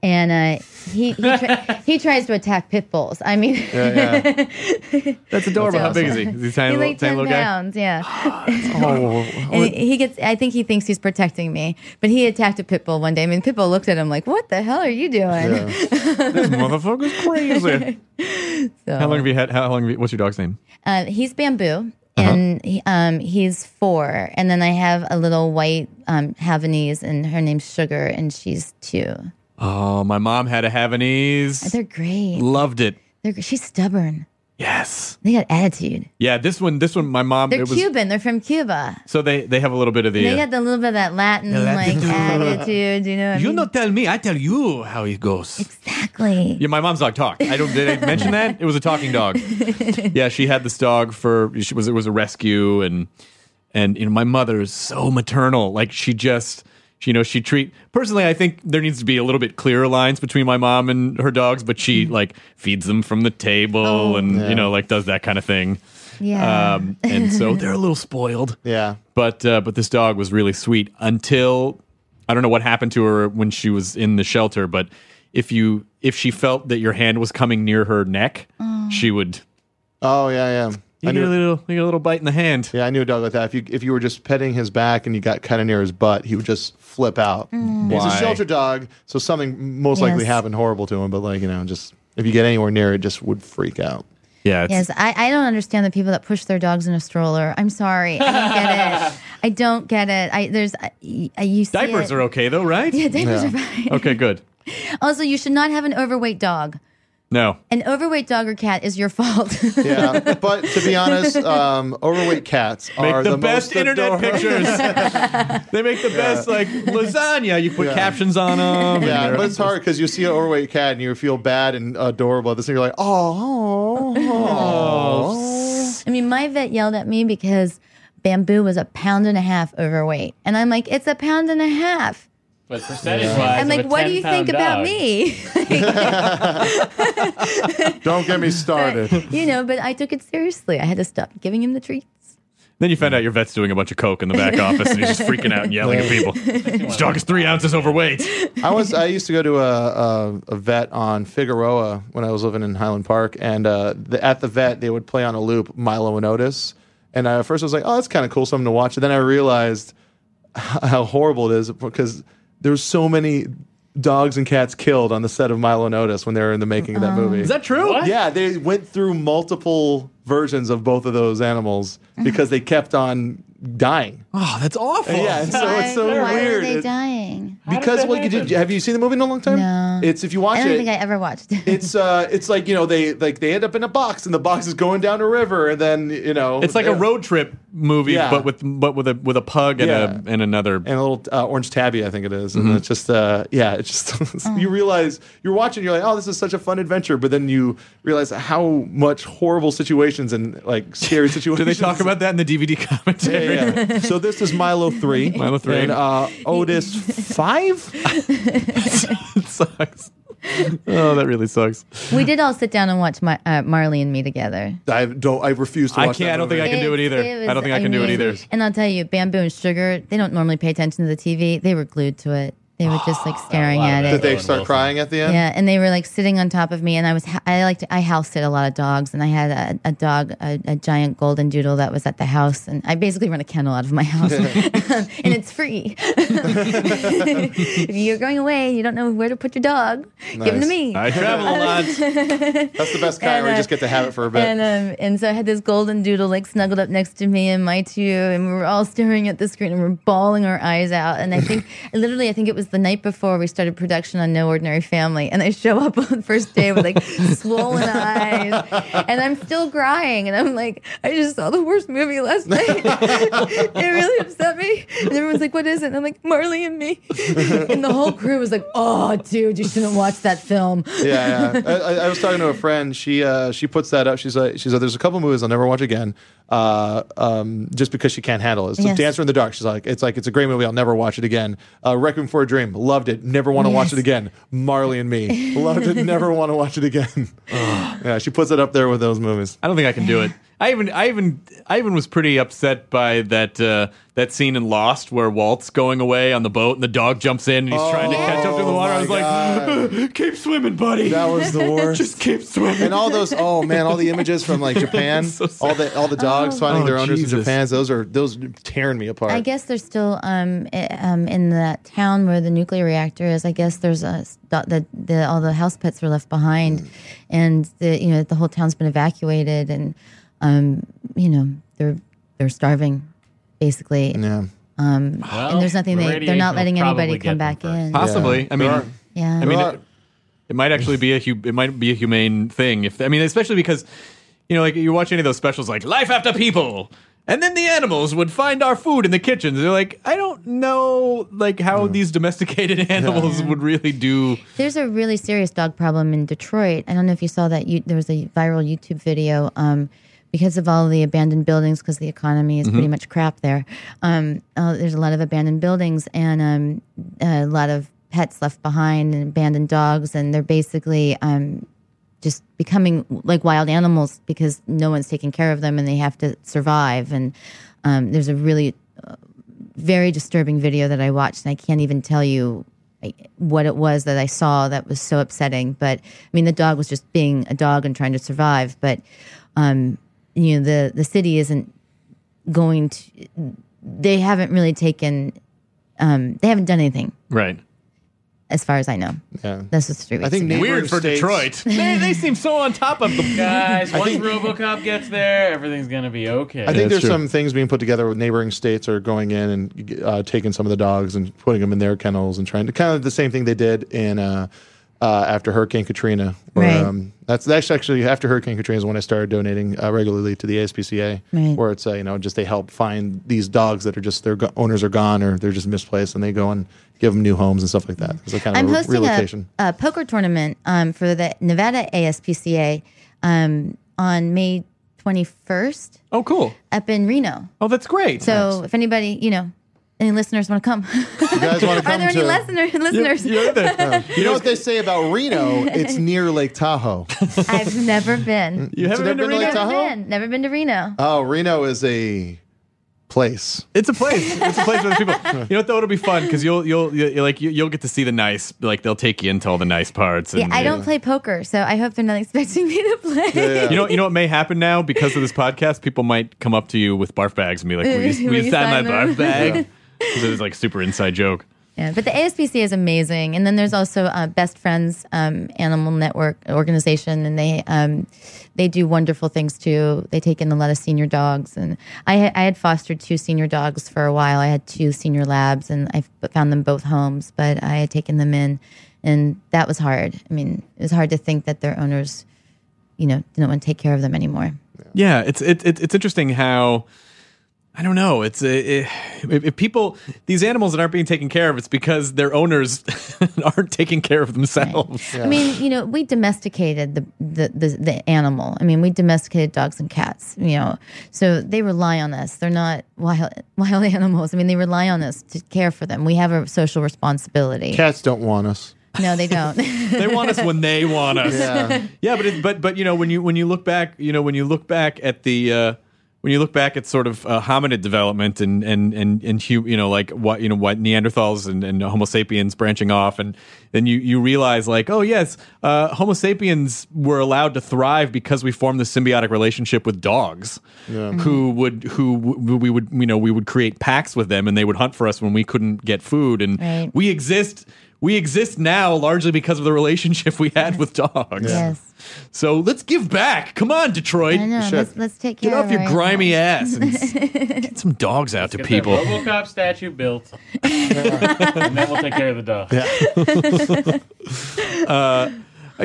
B: and uh, he he, try, he tries to attack pit bulls. I mean,
C: yeah, yeah.
D: That's adorable. How big is he? Is he
B: he's
D: a tiny little,
B: like
D: tiny
B: ten
D: little guy?
B: pounds. Yeah,
C: Oh,
B: and he gets. I think he thinks he's protecting me, but he attacked a pit bull one day. I mean, pit bull looked at him like, "What the hell are you doing?"
C: yeah.
D: This motherfucker's crazy.
B: So,
D: How long have you had? How long? Have you, what's your dog's name?
B: uh, he's bamboo. And he, um, he's four, and then I have a little white um, Havanese, and her name's Sugar, and she's two.
D: Oh, my mom had a Havanese.
B: They're great.
D: Loved it.
B: They're, she's stubborn.
D: Yes.
B: They got attitude.
D: Yeah. This one. This one. My mom.
B: They're
D: Um, it was,
B: Cuban. They're from Cuba.
D: So they they have a little bit of the.
B: They
D: uh,
B: got the little bit of that Latin like attitude. You know. What I mean?
D: tell me. I tell you how it goes.
B: exactly.
D: Yeah, my mom's dog talked. I don't did I mention that? It was a talking dog. Yeah, she had this dog for she was it was a rescue and and you know my mother is so maternal. Like she just she, you know she treat personally I think there needs to be a little bit clearer lines between my mom and her dogs, but she like feeds them from the table and you know like does that kind of thing.
B: Yeah.
D: Um and so they're a little spoiled
C: Yeah.
D: but uh, but this dog was really sweet until I don't know what happened to her when she was in the shelter, but if you if she felt that your hand was coming near her neck,
B: Mm.
D: she would
C: Oh yeah, yeah.
D: you
C: I
D: get a
C: knew.
D: little you get a little bite in the hand.
C: Yeah, I knew a dog like that. If you if you were just petting his back and you got kind of near his butt, he would just flip out. He's a
D: Why?
C: shelter dog, so something most likely
B: Yes.
C: happened horrible to him. But like you know, just if you get anywhere near it, just would freak out.
D: Yeah, it's,
B: Yes, I, I don't understand the people that push their dogs in a stroller. I'm sorry, I don't get it. I don't get it. I there's I, I you see
D: diapers
B: it.
D: are okay though, right?
B: Yeah, diapers are fine.
D: Okay, good.
B: Also, you should not have an overweight dog.
D: No,
B: An overweight dog or cat is your fault.
C: Yeah, but to be honest, um, overweight cats
D: make
C: are
D: the,
C: the,
D: best
C: most
D: internet
C: adorable-
D: pictures. they make the best like lasagna. You put captions on them.
C: Yeah, but it's hard because you see an overweight cat and you feel bad and adorable. This thing you're like, oh,
B: I mean, my vet yelled at me because bamboo was a pound and a half overweight, and I'm like, it's a pound and a half.
E: But percentage wise,
B: I'm like, what do you think about me?
C: don't get me started.
B: you know, but I took it seriously. I had to stop giving him the treats.
D: Then you find out your vet's doing a bunch of coke in the back office, and he's just freaking out and yelling at people. This dog is three ounces overweight.
C: I was I used to go to a, a, a vet on Figueroa when I was living in Highland Park, and uh, the, at the vet they would play on a loop Milo and Otis, and I, at first I was like, oh, that's kind of cool, something to watch. And then I realized how horrible it is because there's so many dogs and cats killed on the set of Milo and Otis when they were in the making of that movie.
D: Uh-huh. Is that true?
C: Yeah, they went through multiple versions of both of those animals because they kept on dying.
D: Uh-huh. Oh, that's awful.
C: Yeah, and so it's so
B: why
C: weird.
B: are they
C: It-
B: dying?
C: because well, you did, have you seen the movie in a long time?
B: No.
C: It's if you watch
B: I don't
C: it,
B: think I ever watched.
C: it's uh, it's like you know they like they end up in a box and the box is going down a river and then you know
D: It's like a
C: they're-
D: road trip movie,
C: Yeah.
D: but with but with a with a pug and
C: Yeah.
D: a and another.
C: and a little uh, orange tabby, I think it is.
D: Mm-hmm.
C: And it's just, uh, yeah, it's just,
B: Oh.
C: you realize you're watching, you're like, oh, this is such a fun adventure. But then you realize how much horrible situations and like scary situations.
D: Do they talk about that in the DVD
C: Yeah,
D: commentary?
C: yeah, yeah. So this is Milo 3.
D: Milo three.
C: And uh, Otis 5?
D: it sucks. Oh, that really sucks.
B: we did all sit down and watch Mar- uh, Marley and Me together.
C: I don't, I refuse to
D: I
C: watch
D: can't-
C: that
D: I don't think
C: movie.
D: I can do it either. I don't think I can do it either.
B: And I'll tell you, Bamboo and Sugar, they don't normally pay attention to the TV. They were glued to it. They were just like
D: Oh,
B: staring
E: lot of
B: at
E: that.
B: it.
C: Did they start crying at the end?
B: yeah, and they were like sitting on top of me, and I was I like to, I house sit a lot of dogs, and I had a, a dog, a, a giant golden doodle that was at the house, and I basically run a kennel out of my house, and it's free. if you're going away, and you don't know where to put your dog, give him to
C: Nice.
B: me.
D: I travel a lot.
C: That's the best kind where you just get to have it for a bit.
B: uh, And um, and so I had this golden doodle like snuggled up next to me and my two, and we were all staring at the screen and we are bawling our eyes out. And I think literally, I think it was the night before we started production on No Ordinary Family, and I show up on the first day with like swollen eyes, and I'm still crying, and I'm like, I just saw the worst movie last night. it really upset me, and everyone's like, What is it? And I'm like, Marley and Me, and the whole crew was like, Oh, dude, you shouldn't watch that film.
C: yeah, yeah. I, I I was talking to a friend. She uh, she puts that up. She's like, she's like, there's a couple movies I'll never watch again, uh, um, just because she can't handle it. It's
B: Yes.
C: Dancer in the Dark. She's like, it's like it's a great movie. I'll never watch it again. Uh, Requiem for a Dream. Loved it. Never want to watch
B: Yes.
C: it again. Marley and Me. Loved it. Never want to watch it again. yeah, she puts it up there with those movies.
D: I don't think I can do it. I even I even I even was pretty upset by that uh, that scene in Lost where Walt's going away on the boat and the dog jumps in and he's trying to catch up to the water. I
C: Oh my
D: was like,
C: God.
D: keep swimming, buddy.
C: That was the worst.
D: Just keep swimming.
C: and all those oh man all the images from like japan all the all the dogs finding
D: Oh,
C: their owners in
D: Jesus.
C: japan those are those tearing me apart
B: I guess there's still um, i- um in that town where the nuclear reactor is. I guess there's a s- the, the, the all the house pets were left behind,
D: Mm.
B: and the you know the whole town's been evacuated, and um you know they're they're starving, basically.
C: yeah
B: and there's nothing they they're not letting anybody come back in.
D: Possibly. I mean,
C: There are-
B: Yeah,
D: I mean,
C: There are-
D: it, it might actually be a hu- it might be a humane thing if I mean, especially because You know, like you watch any of those specials, like Life After People, and then the animals would find our food in the kitchens. They're like, I don't know, like how these domesticated animals would really do.
B: There's a really serious dog problem in Detroit. I don't know if you saw that. You, there was a viral YouTube video um, because of all the abandoned buildings, because the economy is pretty much crap there. Um, uh, there's a lot of abandoned buildings and um, a lot of pets left behind and abandoned dogs, and they're basically um, just becoming like wild animals because no one's taking care of them and they have to survive. And um, there's a really very disturbing video that I watched, and I can't even tell you like, what it was that I saw that was so upsetting. But I mean, the dog was just being a dog and trying to survive. But um, you know, the the city isn't going to. They haven't really taken. Um, they haven't done anything,
D: Right.
B: as far as I know.
C: Yeah.
B: This was three weeks.
C: I think
B: ago.
C: neighboring
D: Weird for
C: states-
D: Detroit. they, they seem so on top of the
E: Guys, once
C: think-
E: RoboCop gets there, everything's gonna be okay.
C: I think
D: that's
C: there's
D: true.
C: some things being put together with neighboring states are going in and uh, taking some of the dogs and putting them in their kennels and trying to kind of the same thing they did in uh, uh, after Hurricane Katrina. Where,
B: Right.
C: um, that's that's actually after Hurricane Katrina is when I started donating uh, regularly to the ASPCA,
B: Right.
C: where it's uh, you know just they help find these dogs that are just their go- owners are gone or they're just misplaced and they go and give them new homes and stuff like that. It's a kind of
B: I'm
C: a re-
B: hosting a,
C: relocation.
B: a poker tournament um, for the Nevada ASPCA um, on May 21st
D: Oh, cool.
B: up in Reno.
D: Oh, that's great.
B: So if anybody, you know, any listeners want to come,
C: you guys want to come
B: are there
C: to?
B: any listeners? Listeners,
D: You're the-
C: you know what they say about Reno? It's near Lake Tahoe.
B: I've never been.
D: you haven't
C: there
D: been to
C: been, like,
D: Reno?
B: Never
C: Tahoe?
B: been. Never been to Reno.
C: Oh, Reno is a place.
D: It's a place. It's a place for the people. You know what though? It'll be fun because you'll you'll you like you- you'll get to see the nice. Like they'll take you into all the nice parts.
B: Yeah,
D: And,
B: I don't play poker, so I hope they're not expecting me to play.
D: You know, you know what may happen now because of this podcast. People might come up to you with barf bags and be like, "Will you,
B: Will
D: will you
B: you
D: sign
B: sign
D: my
B: them?"
D: barf bag?" Because it's like super inside joke.
B: Yeah, but the ASPCA is amazing, and then there's also uh, Best Friends um, Animal Network organization, and they um, they do wonderful things too. They take in a lot of senior dogs, and I ha- I had fostered two senior dogs for a while. I had two senior labs, and I f- found them both homes, but I had taken them in, and that was hard. I mean, it was hard to think that their owners, you know, didn't want to take care of them anymore.
D: Yeah, it's it, it, it's interesting how I don't know. It's it, if, if people these animals that aren't being taken care of, it's because their owners aren't taking care of themselves.
B: I mean, you know, we domesticated the, the the the animal. I mean, we domesticated dogs and cats. You know, so they rely on us. They're not wild wild animals. I mean, they rely on us to care for them. We have a social responsibility.
C: Cats don't want us.
B: No, they don't.
D: they want us when they want us.
C: Yeah.
D: yeah, but it, but but you know when you when you look back, you know when you look back at the uh, when you look back at sort of uh, hominid development and and and and hu- you know like what you know what Neanderthals and, and Homo sapiens branching off, and then you you realize like oh yes, uh, Homo sapiens were allowed to thrive because we formed this symbiotic relationship with dogs, who would who w- we would you know we would create packs with them and they would hunt for us when we couldn't get food, and
B: Right.
D: we exist. We exist now largely because of the relationship we had with dogs.
B: Yes,
D: So let's give back. Come on, Detroit.
B: I know.
C: should.
B: Let's let's take care.
D: Get off
B: of
D: your
B: our
D: grimy ass and s- get some dogs out to
E: Get that
D: people.
E: RoboCop statue built, and then we'll take care of the dog.
D: You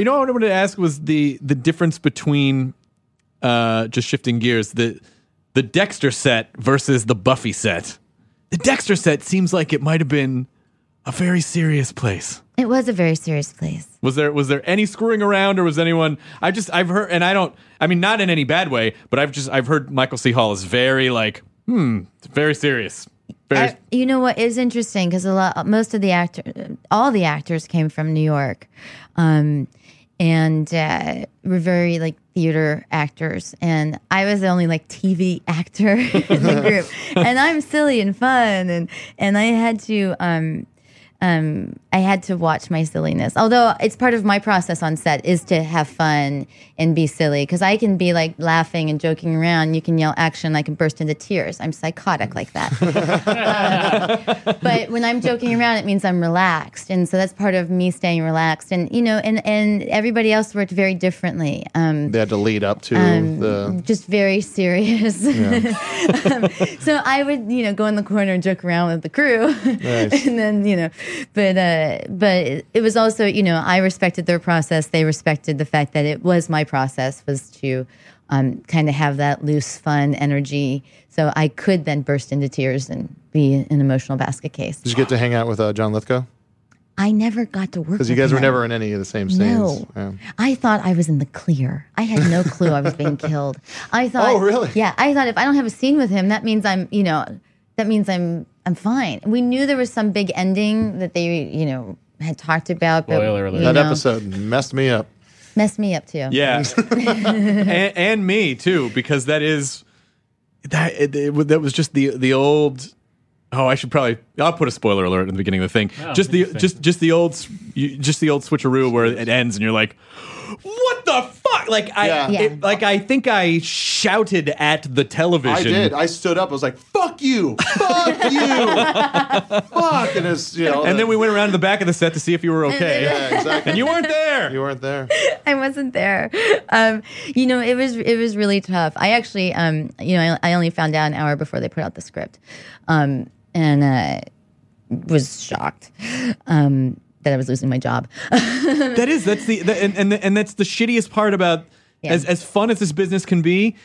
D: know what I wanted to ask was the the difference between uh just shifting gears, the the Dexter set versus the Buffy set. The Dexter set seems like it might have been a very serious place.
B: animals. It was a very serious place.
D: Was there was there any screwing around or was anyone I just I've heard and I don't I mean not in any bad way, but I've just I've heard Michael C. Hall is very like, hmm, very serious. Very
B: I- you know what is interesting because a lot, most of the actor, all the actors came from New York, um, and uh, were very like theater actors, and I was the only like TV actor in the group, and I'm silly and fun, and and I had to. Um, um, I had to watch my silliness. Although it's part of my process on set is to have fun and be silly because I can be like laughing and joking around. You can yell action. I can burst into tears. I'm psychotic like that. Um, but when I'm joking around, it means I'm relaxed, and so that's part of me staying relaxed. And you know, and and everybody else worked very differently. Um,
C: They had to lead up to the.
B: just very serious. Um, so I would, you know, go in the corner and joke around with the crew,
C: Nice.
B: and then you know, but uh, but it was also, you know, I respected their process. They respected the fact that it was my process was to um, kind of have that loose, fun energy. So I could then burst into tears and be an emotional basket case.
C: Did you get to hang out with uh, John Lithgow?
B: I never got to work
C: Because you
B: with
C: guys were
B: him.
C: never in any of the same scenes.
B: No,
C: Yeah.
B: I thought I was in the clear. I had no clue I was being killed. I thought,
C: Oh, really?
B: Yeah, I thought if I don't have a scene with him, that means I'm, you know, that means I'm, I'm fine. We knew there was some big ending that they, you know, had talked about. But,
E: Spoiler alert.
B: you
C: That
B: know,
C: episode messed me up.
B: messed me up too.
D: Yeah, and, and me too, because that is that it, it, was- that was just the the old. Oh, I should probably. I'll put a spoiler alert in the beginning of the thing. just the just just the old s- you- just the old switcheroo where it ends and you're like, what the fuck? Like I
C: Yeah.
B: Yeah.
D: it- like I think I shouted at the television.
C: I did. I stood up. I was like, "Fuck you! Fuck you! Fuck!" And it's you know.
D: and then we went around to the back of the set to see if you were
B: then-
D: okay,
C: Yeah, exactly.
D: and you weren't there.
C: You weren't there.
B: I wasn't there. Um, you know, it was it was really tough. I actually, um, you know, I, I only found out an hour before they put out the script, um, and uh, was shocked um, that I was losing my job.
D: that is that's the, the and, and and that's the shittiest part about
B: Yeah.
D: as as fun as this business can be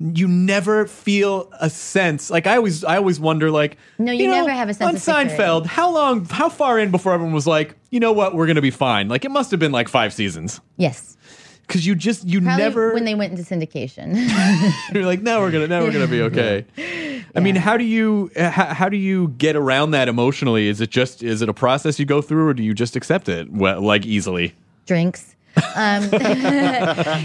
D: you never feel a sense like i always i always wonder like
B: No, you
D: know,
B: never have a sense
D: on
B: of security.
D: seinfeld how long how far in before everyone was like you know what we're gonna be fine like it must have been like five seasons
B: yes,
D: because you just you
B: probably
D: never
B: when they went into syndication.
D: you're like now we're gonna now we're gonna be okay i mean how do you uh, how, how do you get around that emotionally is it just is it a process you go through or do you just accept it well, like easily
B: drinks. Um,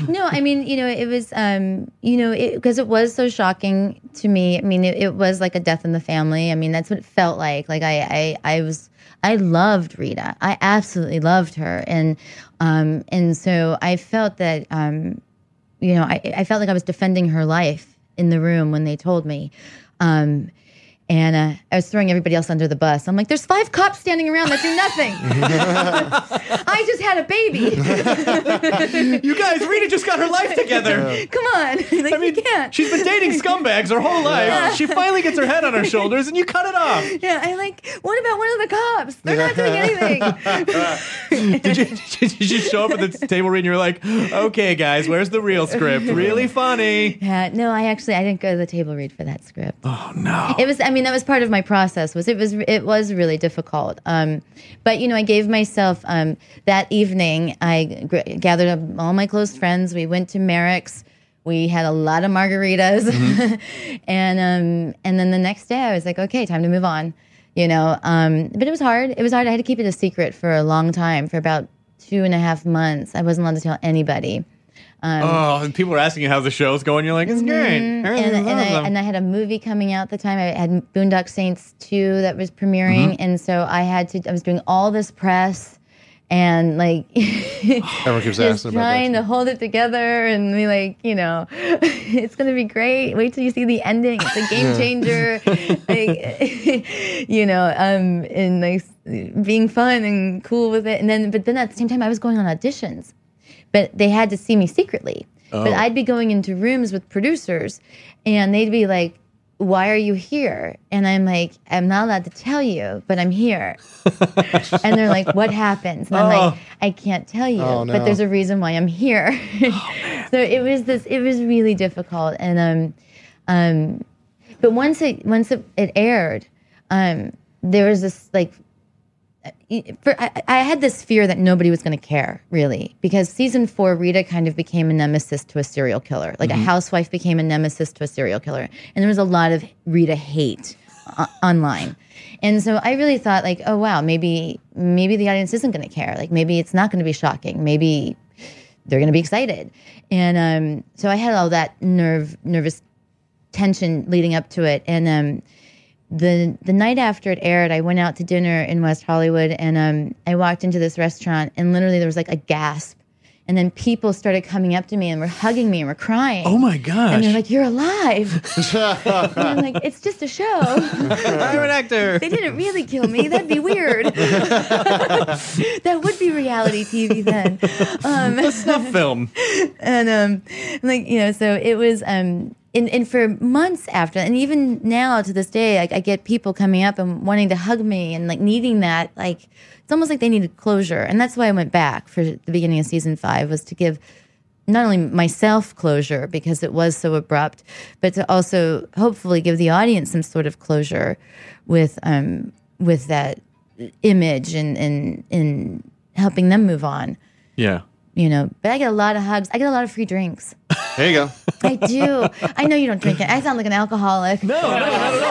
B: no, I mean, you know, it was, um, you know, because it, was so shocking to me. I mean, it, it was like a death in the family. I mean, that's what it felt like. Like I, I, I was, I loved Rita. I absolutely loved her, and, um, and so I felt that, um, you know, I, I felt like I was defending her life in the room when they told me. Um, and uh, I was throwing everybody else under the bus. I'm like, there's five cops standing around that do nothing. I just had a baby.
D: you guys rita just got her life together
B: Come on. like, you can't.
D: she's been dating scumbags her whole life. She finally gets her head on her shoulders, and you cut it off.
B: yeah, I like, what about one of the cops? They're not doing anything.
D: Did you, did you show up at the table read and you're like, okay, guys, where's the real script? Really funny.
B: yeah, no, I actually, I didn't go to the table read for that script.
D: Oh, no.
B: It was, I mean, that was part of my process was it was, it was really difficult. Um, but, you know, I gave myself, um, that evening, I gr- gathered up all my close friends. We went to Merrick's. We had a lot of margaritas. and, um, and then the next day I was like, okay, time to move on. You know, um, but it was hard. It was hard. I had to keep it a secret for a long time, for about two and a half months. I wasn't allowed to tell anybody.
D: Oh, and people are asking you how the show's going. You're like, it's great.
B: Mm-hmm. and,
D: Everything's
B: and, I,
D: awesome.
B: and I had a movie coming out at the time. I had Boondock Saints 2 that was premiering.
D: Mm-hmm.
B: And so I had to, I was doing all this press and like
C: Everyone keeps
B: just
C: asking about
B: trying to
C: that.
B: hold it together and be like, you know, it's going to be great. Wait till you see the ending. It's a game changer. like, you know, um, and like being fun and cool with it. And then, but then at the same time, I was going on auditions but they had to see me secretly.
C: Oh.
B: But I'd be going into rooms with producers and they'd be like, why are you here? And I'm like, I'm not allowed to tell you, but I'm here. and they're like, what happens? And I'm like, I can't tell you,
C: Oh, no. Oh,
B: but there's a reason why I'm here. so it was this, it was really difficult. And, um, um, but once it, once it, it aired, um, there was this like for I, I had this fear that nobody was going to care really because season four rita kind of became a nemesis to a serial killer like a housewife became a nemesis to a serial killer and there was a lot of rita hate o- online and so i really thought like oh wow maybe maybe the audience isn't going to care like maybe it's not going to be shocking maybe they're going to be excited and um, so i had all that nerve nervous tension leading up to it and um, the the night after it aired, I went out to dinner in West Hollywood, and um, I walked into this restaurant, and literally there was like a gasp, and then people started coming up to me and were hugging me and were crying.
D: oh, my gosh.
B: And they're like, "You're alive!" and I'm like, "It's just a show.
D: I'm an actor.
B: They didn't really kill me. That'd be weird. that would be reality TV then." Um,
D: Snuff film.
B: and um like you know so it was um and, and for months after and even now to this day I, I get people coming up and wanting to hug me and like needing that like it's almost like they needed closure and that's why i went back for the beginning of season five was to give not only myself closure because it was so abrupt, but to also hopefully give the audience some sort of closure with um, with that image and and and helping them move on.
D: Yeah.
B: You know, but I get a lot of hugs. I get a lot of free drinks.
C: There you go.
B: I do. I know you don't drink it. I sound like an alcoholic.
D: No, no, not at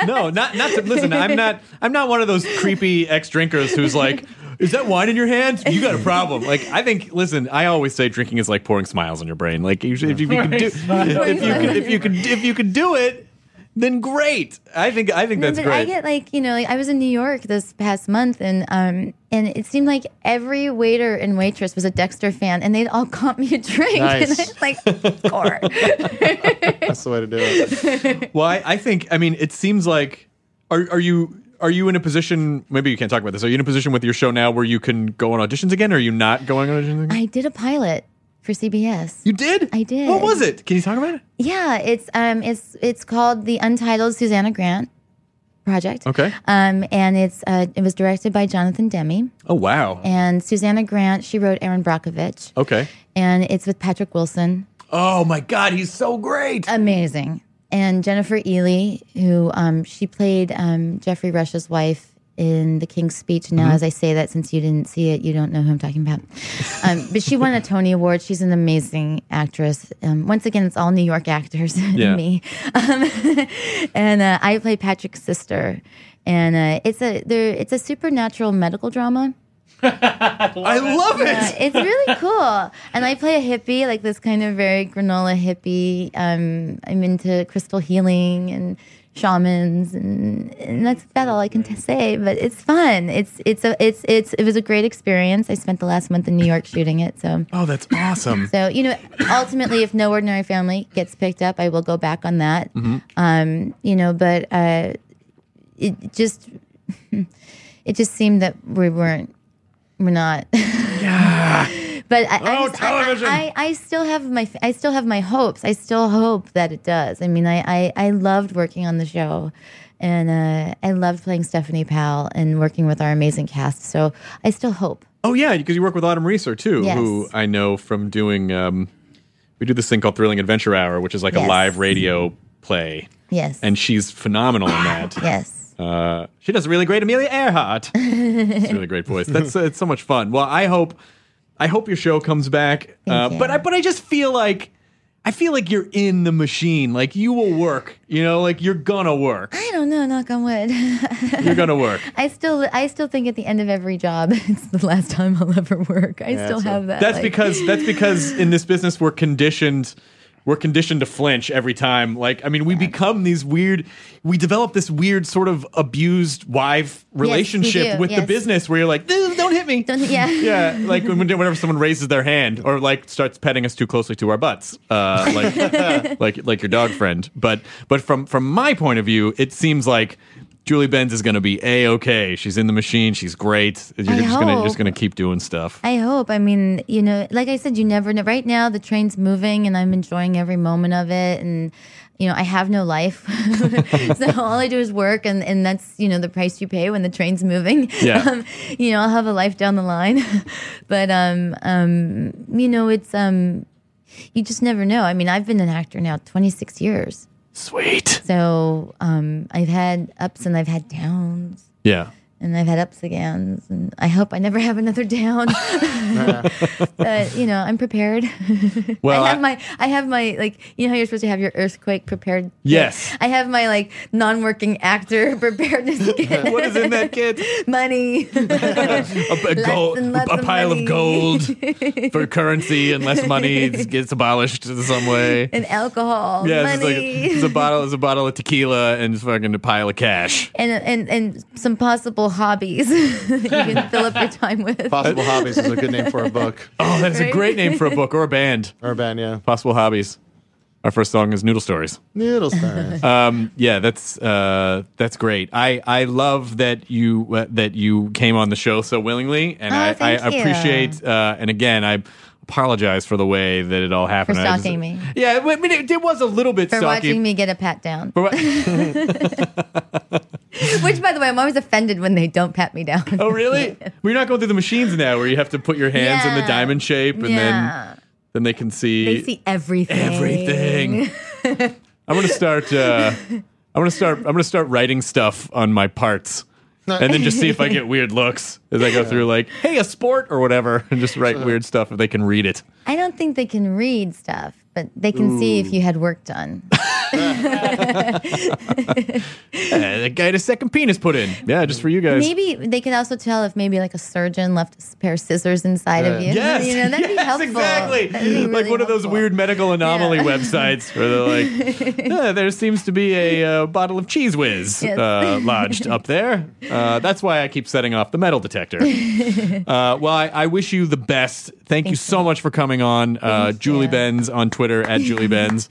D: all. No, not not to listen. I'm not. I'm not one of those creepy ex drinkers who's like, "Is that wine in your hand? You got a problem." Like, I think. Listen, I always say drinking is like pouring smiles on your brain. Like, usually, if you, can do, if you can, if you can, if you can do it, then great. I think. I think
B: No,
D: that's
B: but I
D: great.
B: get like you know, like I was in New York this past month, and um, and it seemed like every waiter and waitress was a Dexter fan, and they'd all caught me a drink,
C: Nice.
B: and I was like, of course.
C: That's the way to do it.
D: Well, I, I think I mean it seems like are are you are you in a position maybe you can't talk about this. Are you in a position with your show now where you can go on auditions again or are you not going on auditions again?
B: I did a pilot for CBS.
D: You did?
B: I did.
D: What was it? Can you talk about it?
B: Yeah, it's um, it's it's called the Untitled Susanna Grant Project.
D: Okay.
B: Um, and it's uh, it was directed by Jonathan Demme,
D: Oh wow.
B: and Susanna Grant. She wrote Aaron Brockovich,
D: Okay.
B: and it's with Patrick Wilson.
D: Oh my god, he's so great.
B: amazing. And Jennifer Ely, who um, she played um, Jeffrey Rush's wife in The King's Speech. Now, as I say that, since you didn't see it, you don't know who I'm talking about. Um, but she won a Tony Award. She's an amazing actress. Um, once again, it's all New York actors and
D: Yeah.
B: me. Um, and uh, I play Patrick's sister. And uh, it's a there, it's a supernatural medical drama.
D: I love
B: Yeah,
D: it.
B: it's really cool. And I play a hippie, like this kind of very granola hippie. Um, I'm into crystal healing and shamans, and, and that's about all I can t- say. But it's fun. It's it's a it's it's it was a great experience. I spent the last month in New York shooting it, so.
D: Oh, that's awesome.
B: So you know, ultimately, if no ordinary family gets picked up, I will go back on that.
D: Mm-hmm.
B: Um, you know, but uh, it just it just seemed that we weren't we're not. But I, I,
D: Oh,
B: just- I- I-
D: television.
B: I, I still have my f- I still have my hopes. I still hope that it does. I mean, I I, I loved working on the show, and uh, I loved playing Stephanie Powell and working with our amazing cast. So I still hope.
D: Oh yeah, because you work with Autumn Reeser too,
B: Yes.
D: who I know from doing um we do this thing called Thrilling Adventure Hour, which is like a
B: Yes.
D: live radio play.
B: Yes.
D: And she's phenomenal in that.
B: yes.
D: Uh, she does a really great Amelia Earhart. it's a really great voice. That's uh, it's so much fun. Well, I hope I hope your show comes back. Uh,
B: Thank you.
D: but I but I just feel like I feel like you're in the machine. Like you will work. You know, like you're gonna work.
B: I don't know. Knock on wood.
D: You're gonna work.
B: I still I still think at the end of every job it's the last time I'll ever work. I still have that.
D: That's
B: like-
D: because that's because in this business we're conditioned we're conditioned to flinch every time. Like I mean, we become these weird we develop this weird sort of abused wife relationship
B: do,
D: with the
B: yes.
D: business where you're like, "Ugh, don't hit me.
B: Don't hit- yeah.
D: yeah. Like when, whenever someone raises their hand or like starts petting us too closely to our butts, uh, like like like your dog friend. But but from from my point of view, it seems like Julie Benz is going to be a okay. She's in the machine. She's great. You're
B: I
D: just going to you're just
B: hope.
D: going to keep doing stuff.
B: I hope. I mean, you know, like I said, you never know. Right now, the train's moving, and I'm enjoying every moment of it. And you know, I have no life, so all I do is work, and and that's you know the price you pay when the train's moving.
D: Yeah.
B: Um, you know, I'll have a life down the line, but um, um, you know, it's um, you just never know. I mean, I've been an actor now 26 years.
D: Sweet.
B: So um, I've had ups and I've had downs,
D: Yeah.
B: and I've had ups again, and I hope I never have another down. but you know, I'm prepared.
D: Well,
B: I have
D: I-
B: my, I have my like, you know how you're supposed to have your earthquake prepared.
D: Yes.
B: I have my like non-working actor preparedness kit.
D: What is in that kid?
B: Money.
D: A, a gold,
B: and lots
D: a
B: of
D: pile
B: money.
D: of gold for currency, unless money gets abolished in some way.
B: and alcohol,
D: Yeah, it's, like
B: money,
D: it's a bottle, it's a bottle of tequila and it's fucking a pile of cash.
B: and, and and some possible hobbies that you can fill up your time with.
C: Possible Hobbies is a good name for a book
D: Oh, that's a
B: Right?
D: great name for a book or a band.
C: or a band. Yeah,
D: Possible hobbies. Our first song is Noodle Stories.
C: noodle stars.
D: Um, yeah, that's uh, that's great. I, I love that you uh, that you came on the show so willingly, and
B: Oh,
D: I, I
B: thank you.
D: appreciate. Uh, and again, I apologize for the way that it all happened. I just-
B: stalking me.
D: Yeah, I mean, it, it was a little bit
B: For
D: stalky.
B: watching me get a pat down.
D: For what-
B: Which, by the way, I'm always offended when they don't pat me down.
D: oh, really? We're not going through the machines now, where you have to put your hands in the
B: Yeah.
D: diamond shape, and
B: yeah.
D: then they can see,
B: They see everything.
D: everything. I'm gonna start. Uh, I'm gonna start. I'm gonna start writing stuff on my parts, and then just see if I get weird looks as I go through. Like, hey, a sport or whatever, and just write weird stuff if they can read it.
B: I don't think they can read stuff, but they can see if you had work done.
D: Uh, the guy had a second penis put in. Yeah, just for you guys.
B: Maybe they can also tell if maybe like a surgeon left a s- pair of scissors inside of you.
D: Yes,
B: you know that'd be
D: yes,
B: helpful.
D: exactly.
B: That'd be
D: like
B: really
D: one of those
B: helpful.
D: weird medical anomaly websites where they're like, "Yeah, there seems to be a uh, bottle of cheese whiz
B: Yes.
D: uh, lodged up there. Uh, that's why I keep setting off the metal detector. uh, well, I, I wish you the best. Thank you so much for coming on, uh,
B: Thank
D: Julie
B: you.
D: Benz on Twitter at Julie Benz.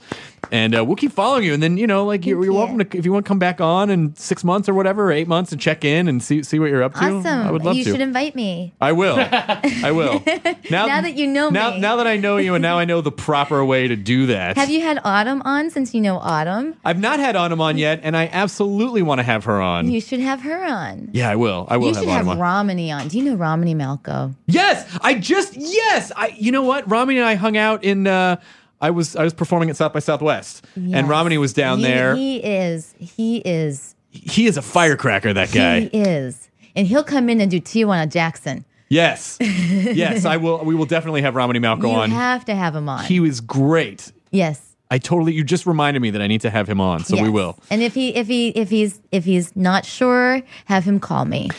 D: And uh, we'll keep following you. And then, you know, like you're, you're
B: you.
D: welcome to, if you want to come back on in six months or whatever, or eight months and check in and see see what you're up to.
B: Awesome.
D: I would love
B: you
D: to.
B: should invite me.
D: I will. I will. Now,
B: Now that you know
D: now,
B: me.
D: Now that I know you and now I know the proper way to do that.
B: Have you had Autumn on since you know Autumn?
D: I've not had Autumn on yet, and I absolutely want to have her on.
B: You should have her on.
D: yeah, I will. I will
B: you
D: have
B: should
D: Autumn
B: have
D: on.
B: Romany on. Do you know Romany Malco?
D: yes! I just yes! I you know what? Romney and I hung out in uh I was I was performing at South by Southwest. And
B: Yes.
D: Romney was down
B: He-
D: there. He,
B: He is. He is.
D: is a firecracker, that guy.
B: He is. And he'll come in and do Tijuana Jackson.
D: yes. yes, I will we will definitely have Romney
B: you
D: Malco on.
B: have to have him on.
D: he was great.
B: yes.
D: I totally you just reminded me that I need to have him on, so we
B: Yes.
D: will.
B: And if he if he if he's if he's not sure, have him call me.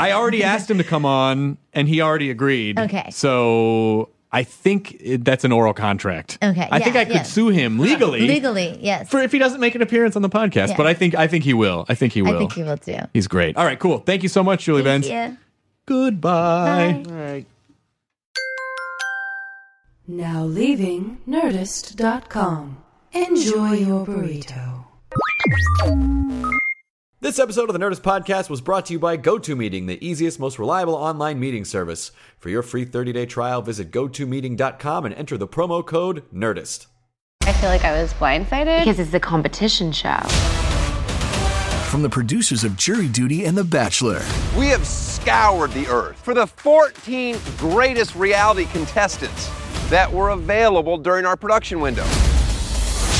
D: I already asked him to come on, and he already agreed.
B: Okay.
D: So I think it, that's an oral contract.
B: Okay,
D: I think
B: yeah,
D: I could
B: yeah.
D: sue him legally,
B: Legally, yes.
D: for if he doesn't make an appearance on the podcast.
B: Yeah.
D: But I think I think he will. I think he will.
B: I think he will too.
D: He's great. All right, cool. Thank you so much, Julie Benz.
B: Yeah.
D: Goodbye.
B: Bye.
F: Now leaving Nerdist.com. Enjoy your burrito.
G: This episode of the Nerdist Podcast was brought to you by GoToMeeting, the easiest, most reliable online meeting service. For your free 30-day trial, visit GoToMeeting.com and enter the promo code NERDIST.
H: I feel like I was blindsided.
F: Because it's a competition show.
I: From the producers of Jury Duty and The Bachelor
A: We have scoured the earth for the 14 greatest reality contestants that were available during our production window.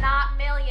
H: not millions.